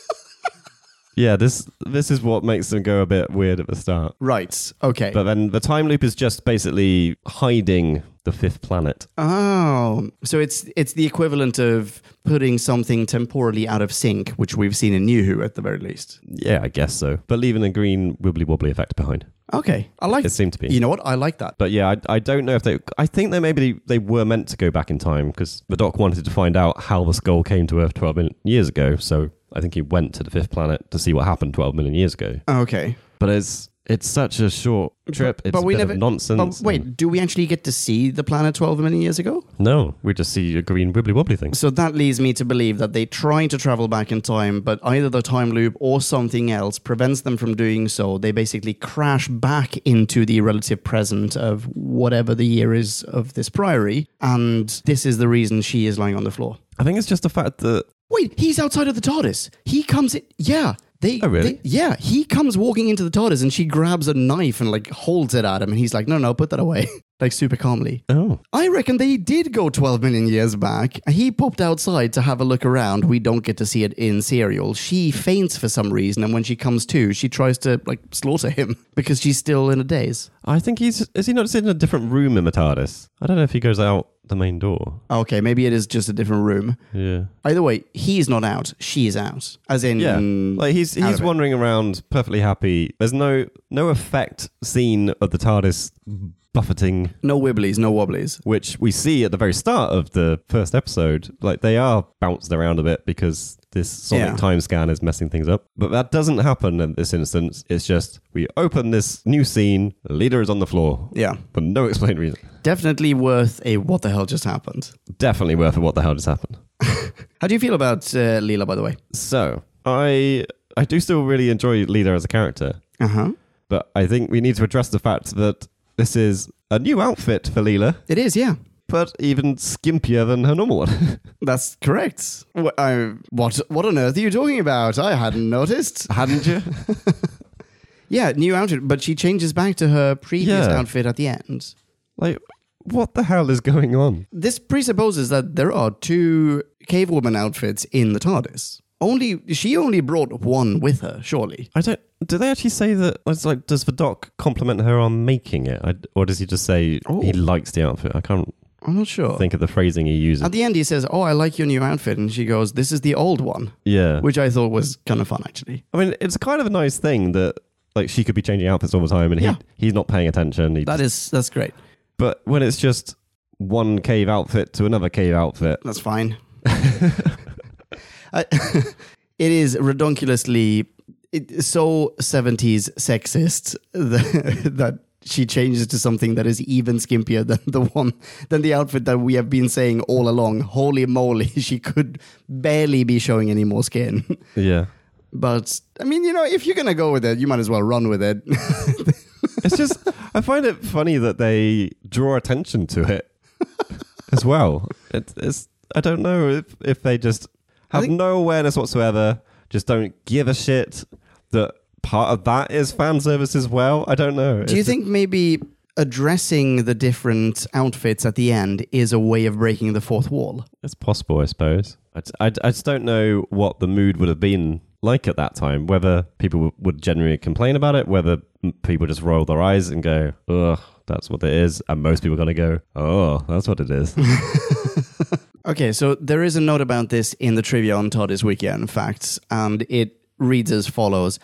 Speaker 2: yeah, this this is what makes them go a bit weird at the start.
Speaker 1: Right. Okay.
Speaker 2: But then the time loop is just basically hiding the fifth planet.
Speaker 1: Oh, so it's it's the equivalent of putting something temporally out of sync, which we've seen in New Who at the very least.
Speaker 2: Yeah, I guess so. But leaving the green wibbly wobbly effect behind.
Speaker 1: Okay, I like.
Speaker 2: It seemed to be.
Speaker 1: You know what? I like that.
Speaker 2: But yeah, I, I don't know if they. I think they maybe they were meant to go back in time because the doc wanted to find out how the skull came to Earth 12 million years ago. So I think he went to the fifth planet to see what happened 12 million years ago.
Speaker 1: Okay,
Speaker 2: But it's It's such a short trip. It's
Speaker 1: but
Speaker 2: a
Speaker 1: we
Speaker 2: bit
Speaker 1: never
Speaker 2: of nonsense.
Speaker 1: But wait, do we actually get to see the planet twelve many years ago?
Speaker 2: No, we just see a green wibbly wobbly thing.
Speaker 1: So that leads me to believe that they try to travel back in time, but either the time loop or something else prevents them from doing so. They basically crash back into the relative present of whatever the year is of this priory, and this is the reason she is lying on the floor.
Speaker 2: I think it's just the fact that
Speaker 1: Wait, he's outside of the TARDIS. He comes in. Yeah. They,
Speaker 2: Oh, really?
Speaker 1: they- yeah, he comes walking into the TARDIS and she grabs a knife and like holds it at him and he's like, no, no, put that away. like super calmly.
Speaker 2: oh,
Speaker 1: I reckon they did go 12 million years back. He popped outside to have a look around. We don't get to see it in serial. She faints for some reason, and when she comes to, she tries to like slaughter him because she's still in a daze.
Speaker 2: I think he's is he not sitting in a different room in the TARDIS? I don't know if he goes out the main door.
Speaker 1: Okay, maybe it is just a different room.
Speaker 2: Yeah,
Speaker 1: Either way, he's not out. She is out. As in,
Speaker 2: yeah. like he's
Speaker 1: out Mm,
Speaker 2: he's
Speaker 1: of it.
Speaker 2: wandering around perfectly happy. There's no no effect scene of the TARDIS buffeting,
Speaker 1: no wibblies, no wobblies.
Speaker 2: which we see at the very start of the first episode. Like they are bounced around a bit because this sonic
Speaker 1: Yeah.
Speaker 2: time scan is messing things up. But that doesn't happen in this instance. It's just we open this new scene. The leader is on the floor.
Speaker 1: Yeah,
Speaker 2: For no explained reason.
Speaker 1: definitely worth a what the hell just happened.
Speaker 2: Definitely worth it. What the hell just happened?
Speaker 1: How do you feel about uh, Leela, by the way?
Speaker 2: So I I do still really enjoy Leela as a character,
Speaker 1: Uh huh.
Speaker 2: but I think we need to address the fact that this is a new outfit for Leela,
Speaker 1: It is, yeah.
Speaker 2: but even skimpier than her normal one.
Speaker 1: That's correct. What, I, what what on earth are you talking about? I hadn't noticed.
Speaker 2: Hadn't you?
Speaker 1: Yeah, new outfit, but she changes back to her previous
Speaker 2: Yeah.
Speaker 1: outfit at the end.
Speaker 2: like, what the hell is going on?
Speaker 1: This presupposes that there are two cavewoman outfits in the TARDIS. Only she only brought one with her, surely.
Speaker 2: I don't. Do they actually say that? It's like, does the doc compliment her on making it, I, or does he just say he likes the outfit? I can't
Speaker 1: I'm not sure.
Speaker 2: think of the phrasing he uses.
Speaker 1: At the end, he says, "Oh, I like your new outfit," and she goes, "This is the old one,"
Speaker 2: yeah,
Speaker 1: which I thought was kind of fun, actually.
Speaker 2: I mean, it's kind of a nice thing that like she could be changing outfits all the time, and
Speaker 1: Yeah.
Speaker 2: he he's not paying attention. He
Speaker 1: That is that's great.
Speaker 2: But when it's just one cave outfit to another cave outfit,
Speaker 1: That's fine. I, it is redonkulously it, so 70s sexist that, that she changes to something that is even skimpier than the one than the outfit that we have been saying all along. Holy moly, she could barely be showing any more skin.
Speaker 2: yeah,
Speaker 1: But I mean, you know, if you're gonna go with it, you might as well run with it.
Speaker 2: it's just I find it funny that they draw attention to it as well. It, it's I don't know if if they just have
Speaker 1: think-
Speaker 2: no awareness whatsoever, just don't give a shit that part of that is fan service as well. I don't know.
Speaker 1: Do you
Speaker 2: It's-
Speaker 1: think maybe addressing the different outfits at the end is a way of breaking the fourth wall?
Speaker 2: It's possible, I suppose. I, I, I just don't know what the mood would have been like at that time. Whether people w- would generally complain about it, whether m- people just roll their eyes and go, ugh, that's what it is. And most people are going to go, oh, that's what it is.
Speaker 1: Okay, so there is a note about this in the trivia on TARDIS Wiki, in fact, and it reads as follows.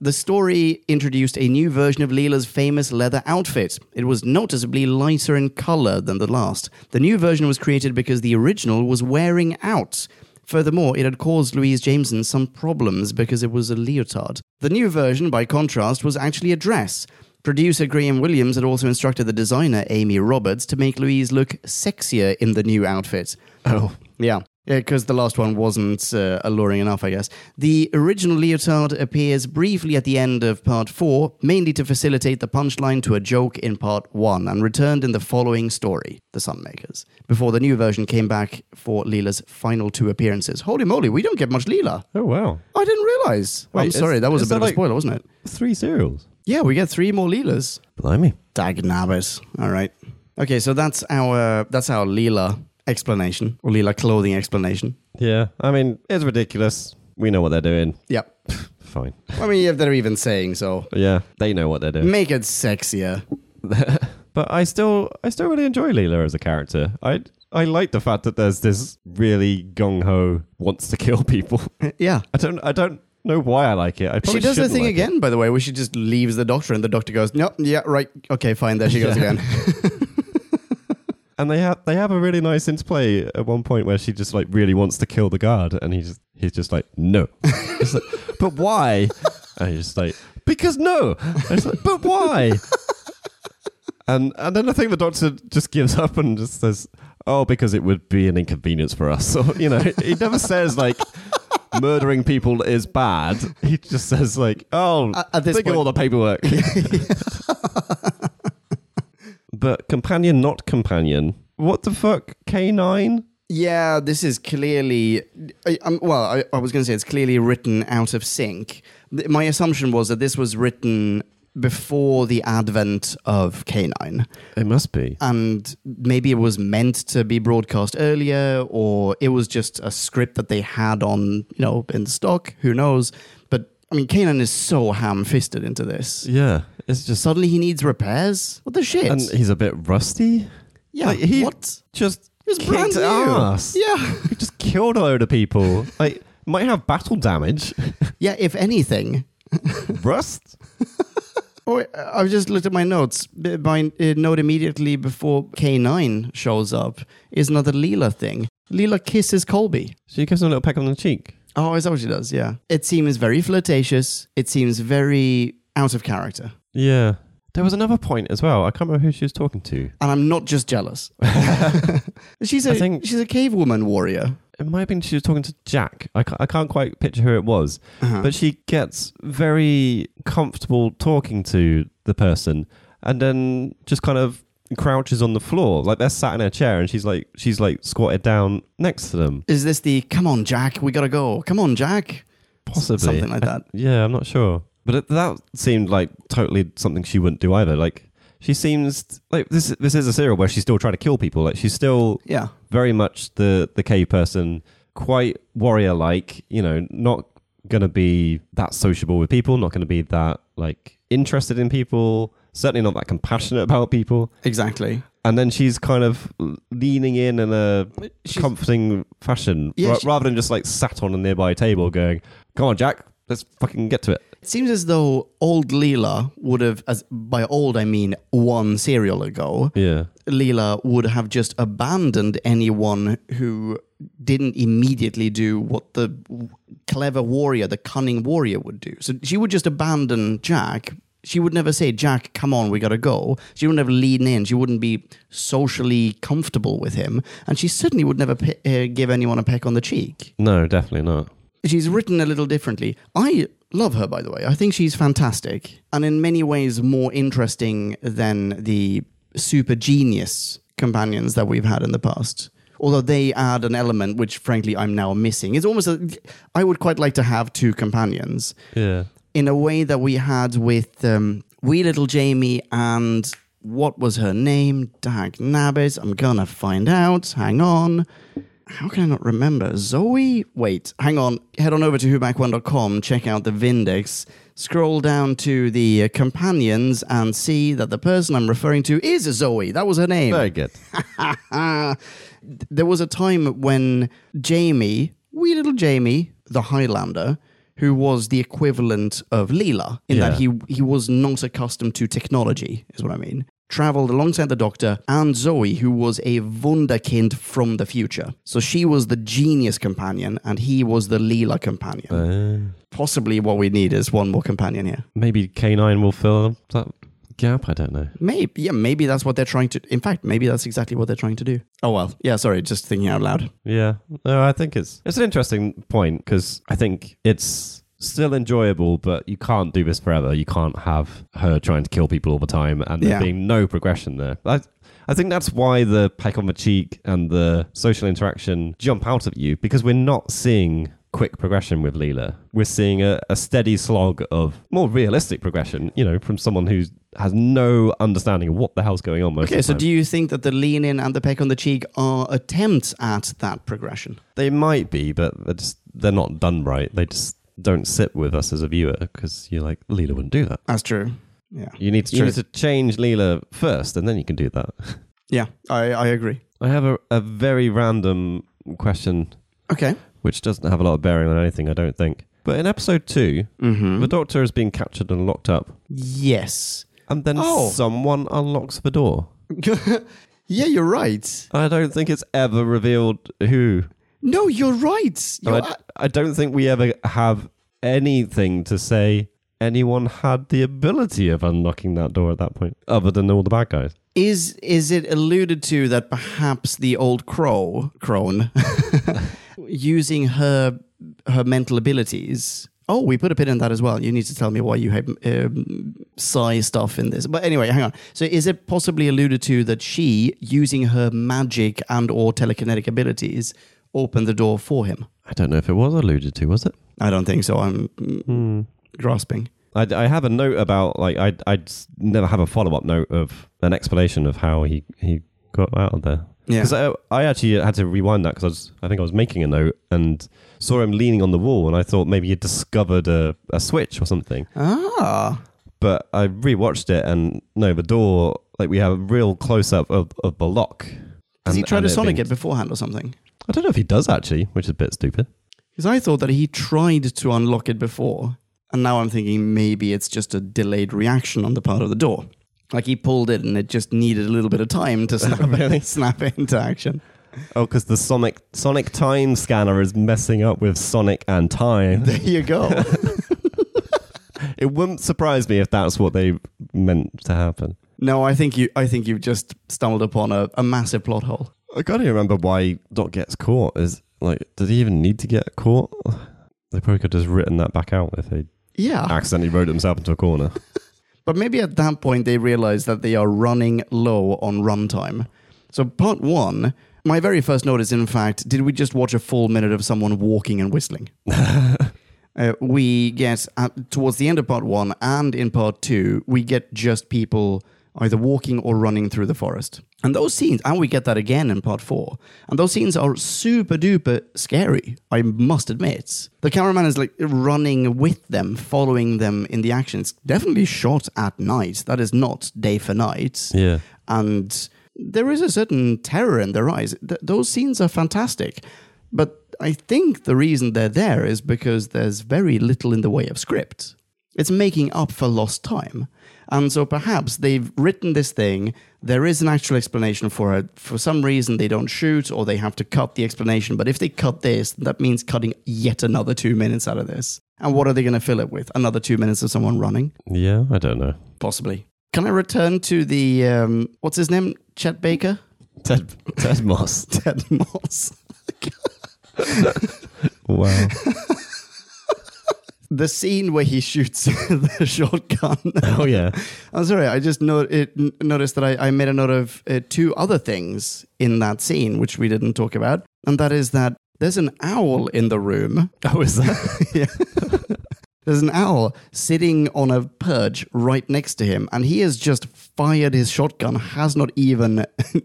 Speaker 1: The story introduced a new version of Leela's famous leather outfit. It was noticeably lighter in color than the last. The new version was created because the original was wearing out. Furthermore, it had caused Louise Jameson some problems because it was a leotard. The new version, by contrast, was actually a dress. Producer Graham Williams had also instructed the designer Amy Roberts to make Louise look sexier in the new outfit. Oh, yeah. Yeah, because the last one wasn't uh, alluring enough, I guess. The original leotard appears briefly at the end of part four, mainly to facilitate the punchline to a joke in part one, and returned in the following story, The Sunmakers, before the new version came back for Leela's final two appearances. Holy moly, we don't get much Leela.
Speaker 2: oh, wow.
Speaker 1: I didn't realize.
Speaker 2: Wait,
Speaker 1: I'm
Speaker 2: is-
Speaker 1: sorry, that was a
Speaker 2: is
Speaker 1: bit
Speaker 2: that
Speaker 1: of a
Speaker 2: like-
Speaker 1: spoiler, wasn't it?
Speaker 2: Three serials.
Speaker 1: Yeah, we get three more Leelas.
Speaker 2: Blimey.
Speaker 1: Dag nabbit. All right. Okay, so that's our that's our Leela explanation or Leela clothing explanation.
Speaker 2: Yeah. I mean, it's ridiculous. We know what they're doing.
Speaker 1: Yeah.
Speaker 2: Fine.
Speaker 1: I mean, if they're even saying so,
Speaker 2: Yeah, they know what they're doing.
Speaker 1: make it sexier.
Speaker 2: but I still I still really enjoy Leela as a character. I I like the fact that there's this really gung ho wants to kill people.
Speaker 1: Yeah.
Speaker 2: I don't I don't know why I like it. I
Speaker 1: She
Speaker 2: probably
Speaker 1: does the
Speaker 2: shouldn't
Speaker 1: thing
Speaker 2: like it.
Speaker 1: again, by the way, where she just leaves the doctor and the doctor goes, Nope, yeah, right. Okay, fine. There she goes
Speaker 2: Yeah.
Speaker 1: again.
Speaker 2: and they have they have a really nice interplay at one point where she just like really wants to kill the guard, and he's he's just like no, It's like, but why? And he's just like because no. And it's like, but why? and and then I think the doctor just gives up and just says, "Oh, because it would be an inconvenience for us." So you know, he never says like. Murdering people is bad. He just says like, "Oh,
Speaker 1: At- at this
Speaker 2: think of
Speaker 1: point-
Speaker 2: all the paperwork." but companion, not companion. What the fuck? K nine.
Speaker 1: Yeah, this is clearly. I, um, well, I, I was going to say it's clearly written out of sync. Th- My assumption was that this was written before the advent of Canine,
Speaker 2: It must be.
Speaker 1: and maybe it was meant to be broadcast earlier, or it was just a script that they had on, you know, in stock. Who knows? But I mean, Canine is so ham-fisted into this.
Speaker 2: Yeah, it's just
Speaker 1: Suddenly he needs repairs. What the shit?
Speaker 2: and he's a bit rusty.
Speaker 1: yeah,
Speaker 2: like, he-
Speaker 1: what?
Speaker 2: Just
Speaker 1: It was
Speaker 2: kicked
Speaker 1: brand new.
Speaker 2: ass.
Speaker 1: Yeah.
Speaker 2: He just killed a load of people. Like might have battle damage,
Speaker 1: Yeah, if anything,
Speaker 2: rust.
Speaker 1: Oh, I- I've just looked at my notes. B- My uh, note immediately before K9 shows up is another Leela thing. Leela kisses Colby.
Speaker 2: She gives him a little peck on the cheek.
Speaker 1: Oh, is that what she does? Yeah. It seems very flirtatious. It seems very out of character.
Speaker 2: Yeah. There was another point as well. I can't remember who she was talking to.
Speaker 1: And I'm not just jealous. she's a
Speaker 2: I think-
Speaker 1: she's a cave woman warrior.
Speaker 2: It might have been she was talking to Jack. I can't, I can't quite picture who it was.
Speaker 1: Uh-huh.
Speaker 2: But she gets very comfortable talking to the person and then just kind of crouches on the floor. Like they're sat in her chair and she's like she's like squatted down next to them.
Speaker 1: Is this the come on Jack, we gotta go. Come on, Jack.
Speaker 2: Possibly.
Speaker 1: Something like that.
Speaker 2: Yeah, I'm not sure. But it, that seemed like totally something she wouldn't do either. Like she seems like this this is a serial where she's still trying to kill people. Like she's still
Speaker 1: Yeah.
Speaker 2: very much the the K person, quite warrior like, you know, not gonna be that sociable with people, not gonna be that like interested in people, certainly not that compassionate about people.
Speaker 1: Exactly.
Speaker 2: And then she's kind of leaning in in a
Speaker 1: She's-
Speaker 2: comforting fashion,
Speaker 1: Yeah,
Speaker 2: ra-
Speaker 1: she-
Speaker 2: rather than just like sat on a nearby table going, "Come on, Jack, let's fucking get to it."
Speaker 1: It seems as though old Leela would have as by old I mean one serial ago.
Speaker 2: Yeah.
Speaker 1: Leela would have just abandoned anyone who didn't immediately do what the w- clever warrior, the cunning warrior would do. So she would just abandon Jack. She would never say, Jack, come on, we gotta go. She would never lean in. She wouldn't be socially comfortable with him. And she certainly would never pe- uh, give anyone a peck on the cheek.
Speaker 2: No, definitely not.
Speaker 1: She's written a little differently. I love her, by the way. I think she's fantastic and in many ways more interesting than the super genius companions that we've had in the past. Although they add an element which, frankly, I'm now missing. It's almost a, I would quite like to have two companions
Speaker 2: Yeah.
Speaker 1: in a way that we had with um, Wee Little Jamie and what was her name? Dag Nabbit. I'm gonna find out. Hang on. How can I not remember? Zoe? Wait, hang on. Head on over to whoback1.com, check out the Vindex, scroll down to the uh, companions, and see that the person I'm referring to is Zoe. That was her name.
Speaker 2: Very good.
Speaker 1: Ah, th- there was a time when Jamie, wee little Jamie, the Highlander, who was the equivalent of Leela, in that he
Speaker 2: Yeah.
Speaker 1: he was not accustomed to technology, is what I mean. Traveled alongside the Doctor and Zoe, who was a Wunderkind from the future. So she was the genius companion, and he was the Leela companion. Possibly what we need is one more companion here.
Speaker 2: Uh, Maybe K9 will fill that gap. I don't know.
Speaker 1: Maybe, yeah, maybe that's what they're trying to. In fact, maybe that's exactly what they're trying to do. Oh, well. Yeah, sorry, just thinking out loud.
Speaker 2: Yeah. No, I think it's it's an interesting point because I think it's still enjoyable, but you can't do this forever. You can't have her trying to kill people all the time and there
Speaker 1: Yeah.
Speaker 2: being no progression there. I, I think that's why the peck on the cheek and the social interaction jump out at you because we're not seeing quick progression with Leela. We're seeing a, a steady slog of more realistic progression, you know, from someone who has no understanding of what the hell's going on most
Speaker 1: Okay,
Speaker 2: of the
Speaker 1: so
Speaker 2: time.
Speaker 1: do you think that the lean in and the peck on the cheek are attempts at that progression?
Speaker 2: They might be, but they're just they're not done right. They just don't sit with us as a viewer because you're like Leela wouldn't do that.
Speaker 1: That's true. Yeah.
Speaker 2: You need to
Speaker 1: True.
Speaker 2: you need to change Leela first, and then you can do that.
Speaker 1: Yeah, I, I agree.
Speaker 2: I have a, a very random question,
Speaker 1: Okay.
Speaker 2: which doesn't have a lot of bearing on anything, I don't think. But in episode 2
Speaker 1: Mm-hmm.
Speaker 2: the Doctor is being captured and locked up,
Speaker 1: yes.
Speaker 2: and then
Speaker 1: Oh.
Speaker 2: someone unlocks the door.
Speaker 1: yeah, you're right.
Speaker 2: I don't think it's ever revealed who.
Speaker 1: No, you're right. You're
Speaker 2: And I, I don't think we ever have anything to say. anyone had the ability of unlocking that door at that point, other than all the bad guys.
Speaker 1: Is is it alluded to that perhaps the old crow crone using her her mental abilities? Oh, we put a pin in that as well. You need to tell me why you have um, psi stuff in this. But anyway, hang on. So, is it possibly alluded to that she, using her magic and or telekinetic abilities, opened the door for him?
Speaker 2: I don't know if it was alluded to, was it?
Speaker 1: I don't think so. I'm mm, grasping.
Speaker 2: I, I have a note about like I I'd s- never have a follow up note of an explanation of how he he got out of there.
Speaker 1: Yeah.
Speaker 2: 'Cause I, I actually had to rewind that because I was I think I was making a note and saw him leaning on the wall and I thought maybe he discovered a, a switch or something.
Speaker 1: Ah,
Speaker 2: But I rewatched it and no, the door like we have a real close up of, of the lock.
Speaker 1: does he
Speaker 2: and-
Speaker 1: try
Speaker 2: and
Speaker 1: to sonic
Speaker 2: being-
Speaker 1: it beforehand or something?
Speaker 2: I don't know if he does actually, which is a bit stupid.
Speaker 1: Because I thought that he tried to unlock it before, and now I'm thinking maybe it's just a delayed reaction on the part of the door. Like he pulled it, and it just needed a little bit of time to snap,
Speaker 2: Really?
Speaker 1: snap it into action.
Speaker 2: Oh, because the Sonic Sonic time scanner is messing up with Sonic and time.
Speaker 1: There you go.
Speaker 2: It wouldn't surprise me if that's what they meant to happen.
Speaker 1: no, I think you. I think you've just stumbled upon a, a massive plot hole.
Speaker 2: I gotta remember why Dot gets caught. Is like, did he even need to get caught? They probably could have just written that back out if they
Speaker 1: Yeah,
Speaker 2: accidentally wrote himself into a corner.
Speaker 1: but maybe at that point they realize that they are running low on runtime. So part one, my very first note is, in fact, did we just watch a full minute of someone walking and whistling? Uh, we get uh, towards the end of part one and in part two, we get just people either walking or running through the forest. And those scenes, and we get that again in part four. And those scenes are super duper scary, I must admit. The cameraman is like running with them, following them in the actions. Definitely shot at night. That is not day for night
Speaker 2: yeah.
Speaker 1: and there is a certain terror in their eyes. Th- those scenes are fantastic, but I think the reason they're there is because there's very little in the way of script. It's making up for lost time. And so perhaps they've written this thing, there is an actual explanation for it. For some reason, they don't shoot or they have to cut the explanation. But if they cut this, that means cutting yet another two minutes out of this. And what are they going to fill it with? Another two minutes of someone running?
Speaker 2: Yeah, I don't know.
Speaker 1: Possibly. Can I return to the um, what's his name? Chet Baker,
Speaker 2: Ted, Ted Moss.
Speaker 1: Ted Moss.
Speaker 2: Wow.
Speaker 1: the scene where he shoots the shotgun.
Speaker 2: oh, yeah.
Speaker 1: I'm sorry, I just no- it, n- noticed that I, I made a note of uh, two other things in that scene which we didn't talk about, and that is that there's an owl in the room.
Speaker 2: Oh, is that?
Speaker 1: yeah. There's an owl sitting on a perch right next to him, and he has just fired his shotgun, has not even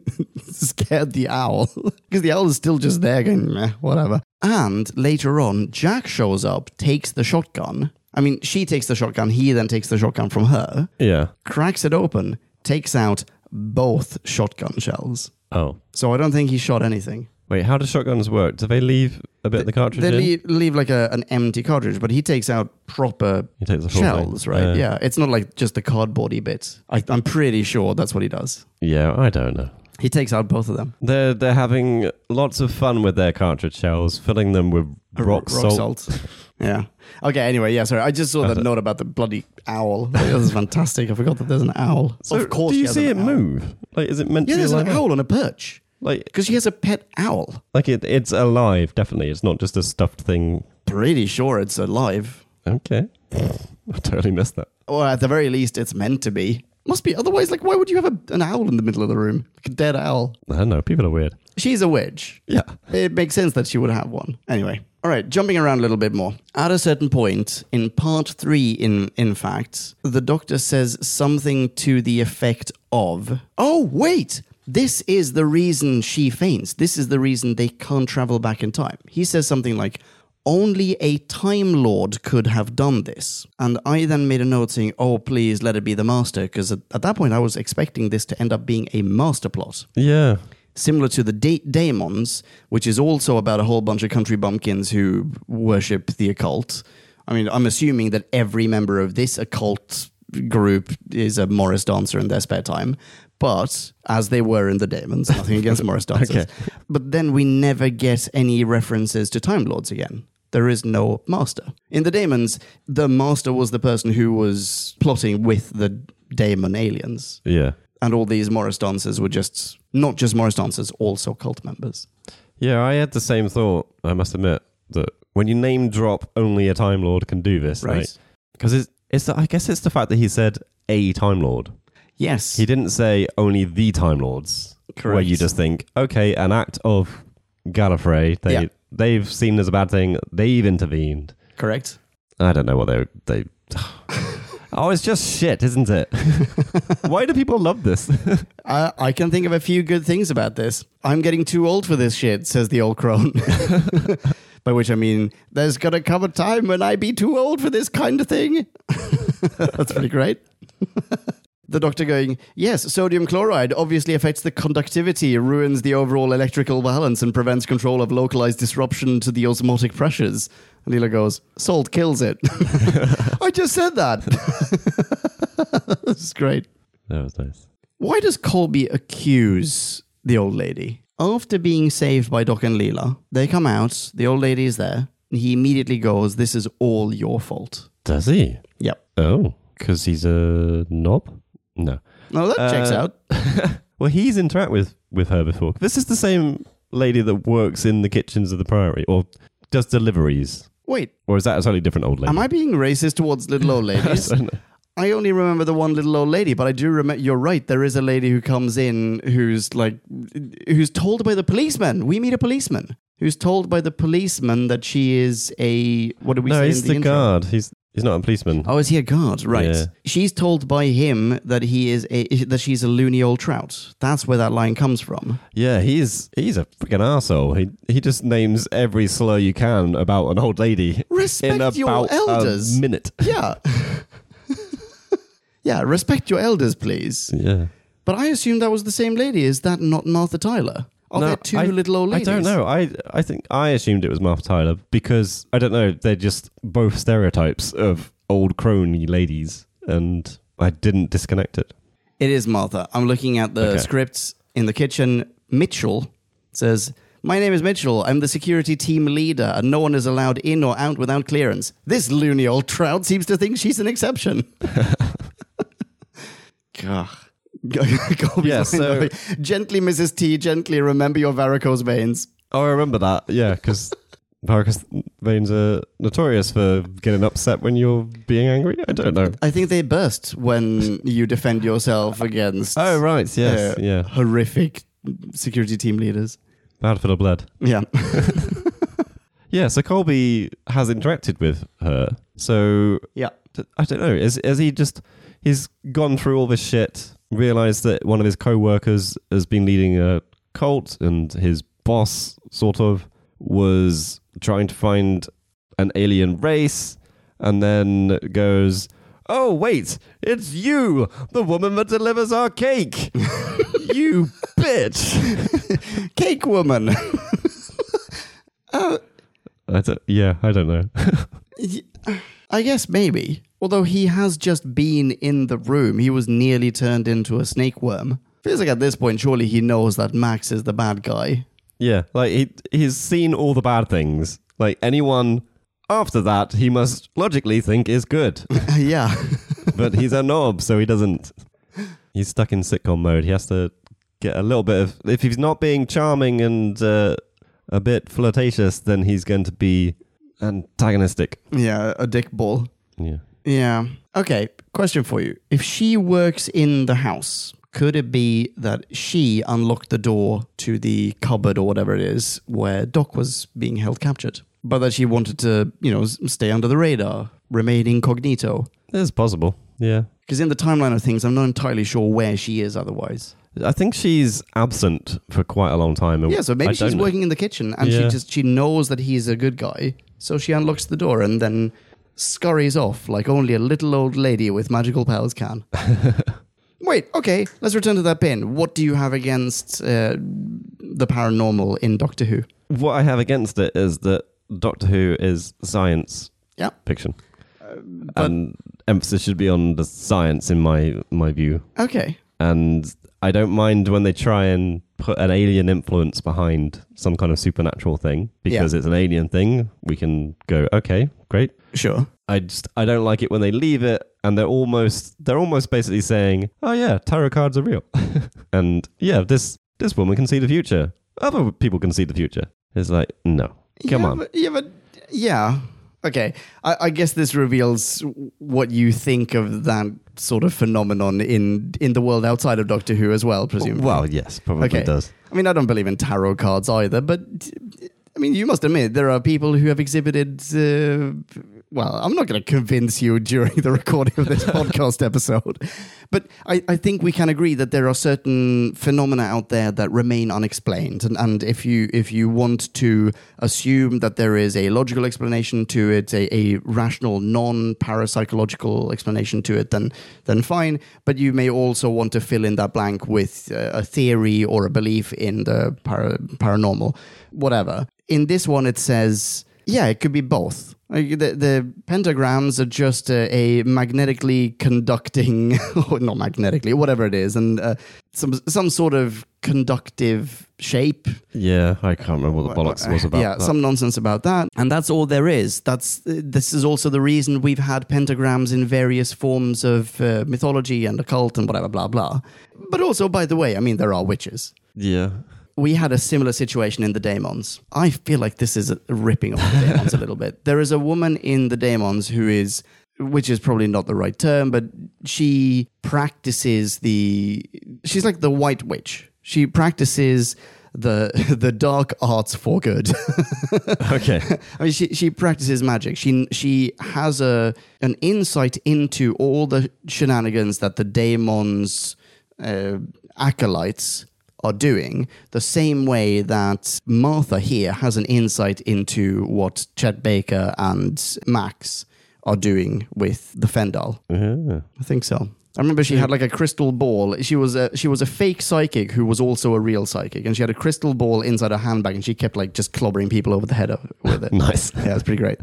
Speaker 1: scared the owl, because the owl is still just there going, Meh, whatever. And later on, Jack shows up, takes the shotgun. I mean, she takes the shotgun, he then takes the shotgun from her,
Speaker 2: yeah.
Speaker 1: cracks it open, takes out both shotgun shells.
Speaker 2: Oh.
Speaker 1: So I don't think he shot anything.
Speaker 2: Wait, how do shotguns work? Do they leave a bit of the cartridge
Speaker 1: They
Speaker 2: in?
Speaker 1: leave, leave like a, an empty cartridge, but he takes out proper
Speaker 2: He takes the full thing. Uh,
Speaker 1: shells, right? Yeah. it's not like just the cardboardy bit. I, I'm pretty sure that's what he does.
Speaker 2: Yeah, I don't know.
Speaker 1: He takes out both of them.
Speaker 2: They're they're having lots of fun with their cartridge shells, filling them with
Speaker 1: Uh,
Speaker 2: rock, salt.
Speaker 1: yeah. Okay. Anyway, yeah. Sorry, I just saw that note about the bloody owl. That was fantastic. I forgot that there's an owl.
Speaker 2: So Do
Speaker 1: she
Speaker 2: you
Speaker 1: has
Speaker 2: see it
Speaker 1: an owl.
Speaker 2: move? Like, is it meant
Speaker 1: Yeah,
Speaker 2: to be
Speaker 1: there's an
Speaker 2: alive?
Speaker 1: owl on a perch
Speaker 2: Like,
Speaker 1: because she has a pet owl.
Speaker 2: like it, it's alive. Definitely, it's not just a stuffed thing.
Speaker 1: Pretty sure it's alive,
Speaker 2: Okay, I totally missed that.
Speaker 1: or at the very least, it's meant to be. Must be. Otherwise, like, why would you have a, an owl in the middle of the room? Like a dead owl.
Speaker 2: I don't know. People are weird.
Speaker 1: She's a witch.
Speaker 2: Yeah.
Speaker 1: It makes sense that she would have one. Anyway. All right, jumping around a little bit more. At a certain point, in part three, in in fact, the doctor says something to the effect of, "Oh wait, this is the reason she faints. This is the reason they can't travel back in time." He says something like, "Only a Time Lord could have done this." And I then made a note saying, "Oh please, let it be the Master," because at, at that point I was expecting this to end up being a master plot
Speaker 2: Yeah.
Speaker 1: similar to the da- Daemons, which is also about a whole bunch of country bumpkins who worship the occult. I mean, I'm assuming that every member of this occult group is a Morris dancer in their spare time, but as they were in the Daemons, nothing against Morris dancers.
Speaker 2: Okay.
Speaker 1: But then we never get any references to Time Lords again. there is no master. In the Daemons, the master was the person who was plotting with the Daemon aliens.
Speaker 2: Yeah.
Speaker 1: And all these Morris dancers were just, not just Morris dancers, also cult members.
Speaker 2: Yeah, I had the same thought, I must admit, that when you name drop only a Time Lord can do this, right? Because it's, it's the, I guess it's the fact that he said a Time Lord.
Speaker 1: Yes.
Speaker 2: He didn't say only the Time Lords. Where
Speaker 1: Correct.
Speaker 2: you just think, okay, an act of Gallifrey, they,
Speaker 1: Yeah.
Speaker 2: they've seen as a bad thing, they've intervened.
Speaker 1: Correct.
Speaker 2: I don't know what they they. oh, it's just shit, isn't it? Why do people love this?
Speaker 1: I, I can think of a few good things about this. I'm getting too old for this shit, says the old crone. By which I mean, there's gonna come a time when I be too old for this kind of thing. That's pretty great. the doctor going, yes, sodium chloride obviously affects the conductivity, ruins the overall electrical balance, and prevents control of localized disruption to the osmotic pressures. And Leela goes, salt kills it. I just said that. this is great.
Speaker 2: that was nice.
Speaker 1: Why does Colby accuse the old lady? After being saved by Doc and Leela, they come out, the old lady is there, and he immediately goes, This is all your fault.
Speaker 2: Does he?
Speaker 1: Yep.
Speaker 2: Oh, because he's a knob. No.
Speaker 1: No, that checks
Speaker 2: Uh,
Speaker 1: out.
Speaker 2: Well, he's interact with with her before. This is the same lady that works in the kitchens of the Priory or does deliveries,
Speaker 1: Wait,
Speaker 2: or is that a totally different old lady?
Speaker 1: am I being racist towards little old ladies?
Speaker 2: don't know.
Speaker 1: I only remember the one little old lady, but I do remember. You're right. There is a lady who comes in who's like, who's told by the policeman. We meet a policeman who's told by the policeman that she is a what do we
Speaker 2: no,
Speaker 1: say?
Speaker 2: he's
Speaker 1: in
Speaker 2: the,
Speaker 1: intro?
Speaker 2: guard. He's he's not a policeman.
Speaker 1: Oh, is he a guard? Right.
Speaker 2: Yeah.
Speaker 1: She's told by him that he is a that she's a loony old trout. That's where that line comes from.
Speaker 2: Yeah, he's he's a freaking arsehole. He he just names every slur you can about an old lady
Speaker 1: Respect
Speaker 2: in about
Speaker 1: your elders.
Speaker 2: a minute.
Speaker 1: Yeah. yeah. Respect your elders, please.
Speaker 2: Yeah.
Speaker 1: But I assume that was the same lady. Is that not Martha Tyler? Are
Speaker 2: No,
Speaker 1: there two
Speaker 2: I-
Speaker 1: little old ladies?
Speaker 2: I don't know. I I think I assumed it was Martha Tyler because I don't know. They're just both stereotypes of old crony ladies, and I didn't disconnect it.
Speaker 1: It is Martha. I'm looking at the
Speaker 2: Okay.
Speaker 1: scripts in the kitchen. Mitchell says, My name is Mitchell. I'm the security team leader, and no one is allowed in or out without clearance. This loony old trout seems to think she's an exception. Gah. Colby's
Speaker 2: Yeah,
Speaker 1: line,
Speaker 2: so-
Speaker 1: like, gently, Mrs. T, gently remember your varicose veins.
Speaker 2: Oh, I remember that. Yeah, because varicose veins are notorious for getting upset when you're being angry. I don't know.
Speaker 1: I think they burst when you defend yourself against
Speaker 2: Oh right, yes,
Speaker 1: uh,
Speaker 2: yeah.
Speaker 1: horrific security team leaders.
Speaker 2: Bad for the blood.
Speaker 1: Yeah.
Speaker 2: Yeah, so Colby has interacted with her. So
Speaker 1: yeah.
Speaker 2: t- I don't know. Is is he just he's gone through all this shit, realized that one of his co-workers has been leading a cult, and his boss sort of was trying to find an alien race, and then goes. Oh wait, it's you, the woman that delivers our cake. you bitch.
Speaker 1: Cake woman.
Speaker 2: I don't, yeah, I don't know.
Speaker 1: I guess maybe. Although he has just been in the room, he was nearly turned into a snake worm. Feels like at this point, surely he knows that Max is the bad guy.
Speaker 2: Yeah, like he he's seen all the bad things. Like anyone after that, he must logically think is good.
Speaker 1: yeah.
Speaker 2: but he's a knob, so he doesn't. He's stuck in sitcom mode. He has to get a little bit of. If he's not being charming and uh, a bit flirtatious, then he's going to be antagonistic.
Speaker 1: Yeah, a dick ball.
Speaker 2: Yeah.
Speaker 1: Yeah. Okay, question for you. If she works in the house, could it be that she unlocked the door to the cupboard or whatever it is where Doc was being held captured? But that she wanted to, you know, s- stay under the radar, remain incognito.
Speaker 2: It's possible. Yeah.
Speaker 1: Because in the timeline of things, I'm not entirely sure where she is otherwise.
Speaker 2: I think she's absent for quite a long time. and
Speaker 1: Yeah, so
Speaker 2: I
Speaker 1: maybe
Speaker 2: don't
Speaker 1: she's
Speaker 2: know.
Speaker 1: working in the kitchen and
Speaker 2: Yeah.
Speaker 1: she just she knows that he's a good guy, so she unlocks the door and then scurries off like only a little old lady with magical powers can. Wait, okay, let's return to that pin. What do you have against uh, the paranormal in Doctor Who?
Speaker 2: What I have against it is that Doctor Who is science
Speaker 1: Yeah, Uh,
Speaker 2: fiction. and emphasis should be on the science in my my view.
Speaker 1: okay,
Speaker 2: And I don't mind when they try and put an alien influence behind some kind of supernatural thing because
Speaker 1: Yeah.
Speaker 2: it's an alien thing, we can go, okay, great.
Speaker 1: Sure.
Speaker 2: I just I don't like it when they leave it and they're almost they're almost basically saying, "Oh yeah, tarot cards are real." and yeah, this this woman can see the future. Other people can see the future. It's like, "No. Come
Speaker 1: yeah,
Speaker 2: on."
Speaker 1: But, yeah, but yeah. Okay. I, I guess this reveals what you think of that sort of phenomenon in in the world outside of Doctor Who as well, presumably.
Speaker 2: well, yes, probably
Speaker 1: Okay.
Speaker 2: does.
Speaker 1: I mean, I don't believe in tarot cards either, but I mean, you must admit there are people who have exhibited. Uh, well, I'm not going to convince you during the recording of this podcast episode, but I, I think we can agree that there are certain phenomena out there that remain unexplained, and, and if you if you want to assume that there is a logical explanation to it, a, a rational, non-parapsychological explanation to it, then then fine. But you may also want to fill in that blank with uh, a theory or a belief in the para- paranormal, whatever. In this one, it says, yeah, it could be both. Like, The, the pentagrams are just a, a magnetically conducting, or not magnetically, whatever it is, and uh, some some sort of conductive shape
Speaker 2: Yeah, I can't remember what the bollocks was about.
Speaker 1: yeah,
Speaker 2: that.
Speaker 1: some nonsense about that, and that's all there is. That's this is also the reason we've had pentagrams in various forms of uh, mythology and occult and whatever, blah blah. But also, by the way, I mean there are witches.
Speaker 2: yeah.
Speaker 1: We had a similar situation in the Daemons. I feel like this is a ripping off the Daemons a little bit. There is a woman in the Daemons who is, which is probably not the right term, but she practices the. She's like the White Witch. She practices the the dark arts for good.
Speaker 2: Okay.
Speaker 1: I mean, she, she practices magic. She she has a an insight into all the shenanigans that the daemons uh, acolytes are doing. The same way that Martha here has an insight into what Chet Baker and Max are doing with the Fendal.
Speaker 2: Yeah.
Speaker 1: I think so. I remember she had like a crystal ball. She was a she was a fake psychic who was also a real psychic, and she had a crystal ball inside her handbag, and she kept like just clobbering people over the head of- with it.
Speaker 2: Nice.
Speaker 1: Yeah, it's pretty great.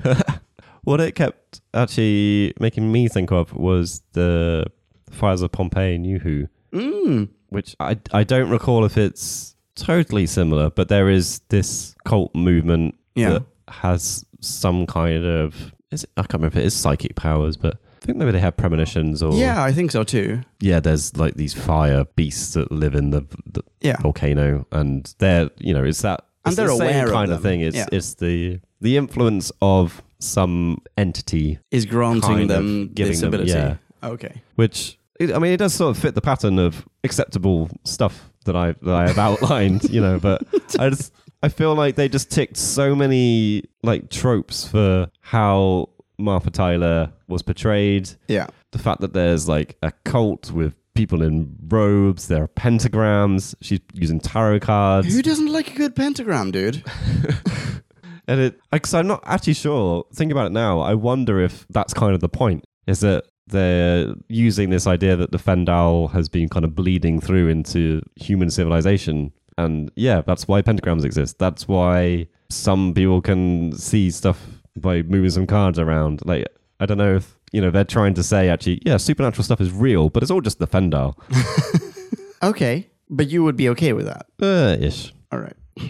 Speaker 2: What it kept actually making me think of was the fires of Pompeii and Yuhu,
Speaker 1: Mm.
Speaker 2: which I, I don't recall if it's totally similar, but there is this cult movement
Speaker 1: Yeah.
Speaker 2: that has some kind of is it, I can't remember if it is psychic powers, but I think maybe they have premonitions or
Speaker 1: Yeah, I think so too.
Speaker 2: yeah. There's like these fire beasts that live in the, the
Speaker 1: Yeah.
Speaker 2: volcano, and they're you know it's that
Speaker 1: And
Speaker 2: it's the
Speaker 1: they're
Speaker 2: same
Speaker 1: aware of
Speaker 2: kind of
Speaker 1: them.
Speaker 2: thing. It's
Speaker 1: Yeah.
Speaker 2: it's the the influence of some entity
Speaker 1: Is
Speaker 2: Kind
Speaker 1: granting
Speaker 2: of
Speaker 1: them
Speaker 2: giving
Speaker 1: this
Speaker 2: them-
Speaker 1: ability.
Speaker 2: yeah.
Speaker 1: Okay.
Speaker 2: which it, I mean, it does sort of fit the pattern of acceptable stuff that I that I have outlined, you know. But I just I feel like they just ticked so many like tropes for how Martha Tyler was portrayed.
Speaker 1: Yeah.
Speaker 2: The fact that there's like a cult with people in robes, there are pentagrams. She's using tarot cards.
Speaker 1: Who doesn't like a good pentagram, dude?
Speaker 2: And it, because I'm not actually sure. Think about it now. I wonder if that's kind of the point. Is that they're using this idea that the Fendal has been kind of bleeding through into human civilization, and yeah, that's why pentagrams exist. That's why some people can see stuff by moving some cards around. Like I don't know if you know they're trying to say actually, yeah, supernatural stuff is real, but it's all just the Fendal,
Speaker 1: Okay, but you would be okay with that.
Speaker 2: uh, ish.
Speaker 1: All right.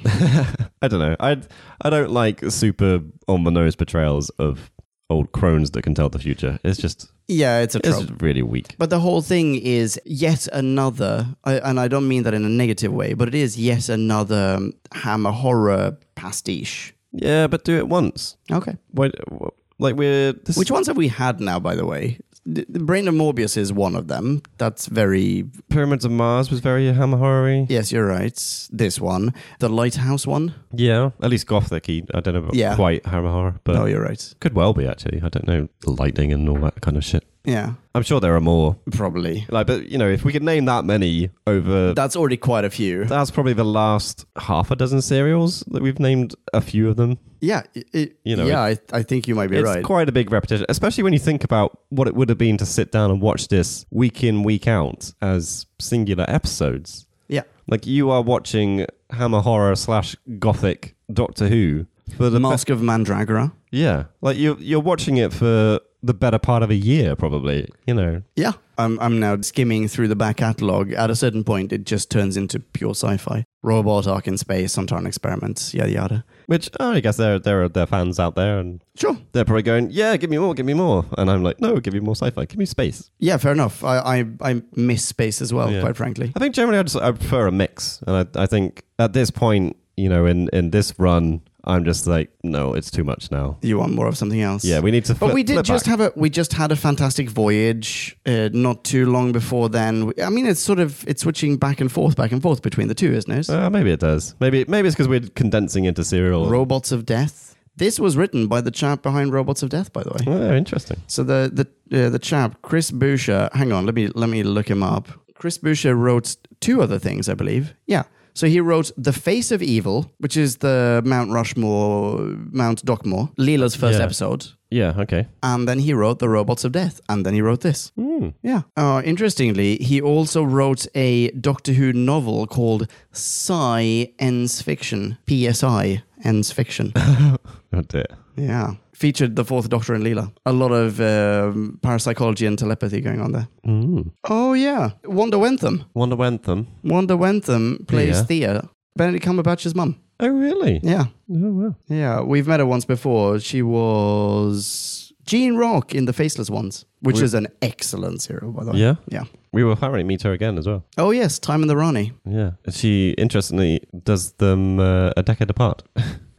Speaker 2: I don't know. I I don't like super on the nose portrayals of old crones that can tell the future. It's just
Speaker 1: Yeah, it's a
Speaker 2: it's
Speaker 1: trope.
Speaker 2: just really weak.
Speaker 1: But the whole thing is yet another, I, and I don't mean that in a negative way, but it is yet another um, hammer horror pastiche.
Speaker 2: Yeah, but do it once.
Speaker 1: Okay.
Speaker 2: Why, wh- like we're this,
Speaker 1: Which ones have we had now, by the way? The the Brain of Morbius is one of them. That's very.
Speaker 2: Pyramids of Mars was very hammer horror
Speaker 1: Yes, you're right. This one. The Lighthouse one?
Speaker 2: Yeah, at least gothic. I don't know about
Speaker 1: Yeah.
Speaker 2: quite hammer horror, but
Speaker 1: No, you're right.
Speaker 2: could well be actually. I don't know the lightning and all that kind of shit.
Speaker 1: Yeah,
Speaker 2: I'm sure there are more.
Speaker 1: probably.
Speaker 2: Like, but you know, if we could name that many over.
Speaker 1: That's already quite a few.
Speaker 2: that's probably the last half a dozen serials that we've named a few of them.
Speaker 1: Yeah, i i-
Speaker 2: You know,
Speaker 1: yeah, I, I think you might be
Speaker 2: it's
Speaker 1: right.
Speaker 2: quite a big repetition, especially when you think about what it would have been to sit down and watch this week in, week out as singular episodes.
Speaker 1: yeah,
Speaker 2: Like you are watching Hammer Horror slash Gothic Doctor Who for the
Speaker 1: Mask of Mandragora.
Speaker 2: yeah, like you you're watching it for the better part of a year, probably. You know,
Speaker 1: Yeah. I'm, I'm now skimming through the back catalogue. At a certain point, it just turns into pure sci fi. Robot Ark in Space, Suntaran Experiments, yada yada.
Speaker 2: which oh, I guess there there are their fans out there, and
Speaker 1: Sure.
Speaker 2: they're probably going, "Yeah, give me more, give me more," and I'm like, "No, give me more sci-fi, give me space."
Speaker 1: Yeah, fair enough. I, I, I miss space as well,
Speaker 2: Yeah.
Speaker 1: quite frankly.
Speaker 2: I think generally I just I prefer a mix, and I, I think at this point, you know, in in this run, I'm just like, no, it's too much now.
Speaker 1: You want more of something else?
Speaker 2: Yeah, we need to. Flip,
Speaker 1: but we did
Speaker 2: flip
Speaker 1: just
Speaker 2: back.
Speaker 1: have a we just had a fantastic voyage uh, not too long before then. I mean, it's sort of it's switching back and forth, back and forth between the two, isn't it?
Speaker 2: Uh, maybe it does. Maybe maybe it's because we're condensing into serial.
Speaker 1: Robots of Death. This was written by the chap behind Robots of Death, by the way.
Speaker 2: Oh, interesting.
Speaker 1: So the the uh, the chap Chris Boucher. Hang on, let me let me look him up. Chris Boucher wrote two other things, I believe. Yeah. So he wrote The Face of Evil, which is the Mount Rushmore, Mount Dockmore, Leela's first
Speaker 2: Yeah.
Speaker 1: episode.
Speaker 2: Yeah. Okay.
Speaker 1: And then he wrote The Robots of Death. And then he wrote this.
Speaker 2: Hmm.
Speaker 1: Yeah. Uh, interestingly, he also wrote a Doctor Who novel called Psi Ends Fiction. PSI Ends Fiction.
Speaker 2: Oh dear.
Speaker 1: yeah. Featured the fourth Doctor and Leela. A lot of um, parapsychology and telepathy going on there.
Speaker 2: Mm.
Speaker 1: Oh, yeah. Wanda Wentham.
Speaker 2: Wonder Wentham.
Speaker 1: Wanda Wentham plays
Speaker 2: Yeah.
Speaker 1: Thea, Benedict Cumberbatch's mum.
Speaker 2: Oh really?
Speaker 1: Yeah.
Speaker 2: Oh wow.
Speaker 1: Yeah. We've met her once before. She was Jean Rock in The Faceless Ones, which
Speaker 2: We-
Speaker 1: is an excellent serial, by the way.
Speaker 2: Yeah.
Speaker 1: Yeah.
Speaker 2: We will apparently meet her again as well.
Speaker 1: Oh, yes. Time in the Ronnie.
Speaker 2: Yeah. She interestingly does them uh, a decade apart.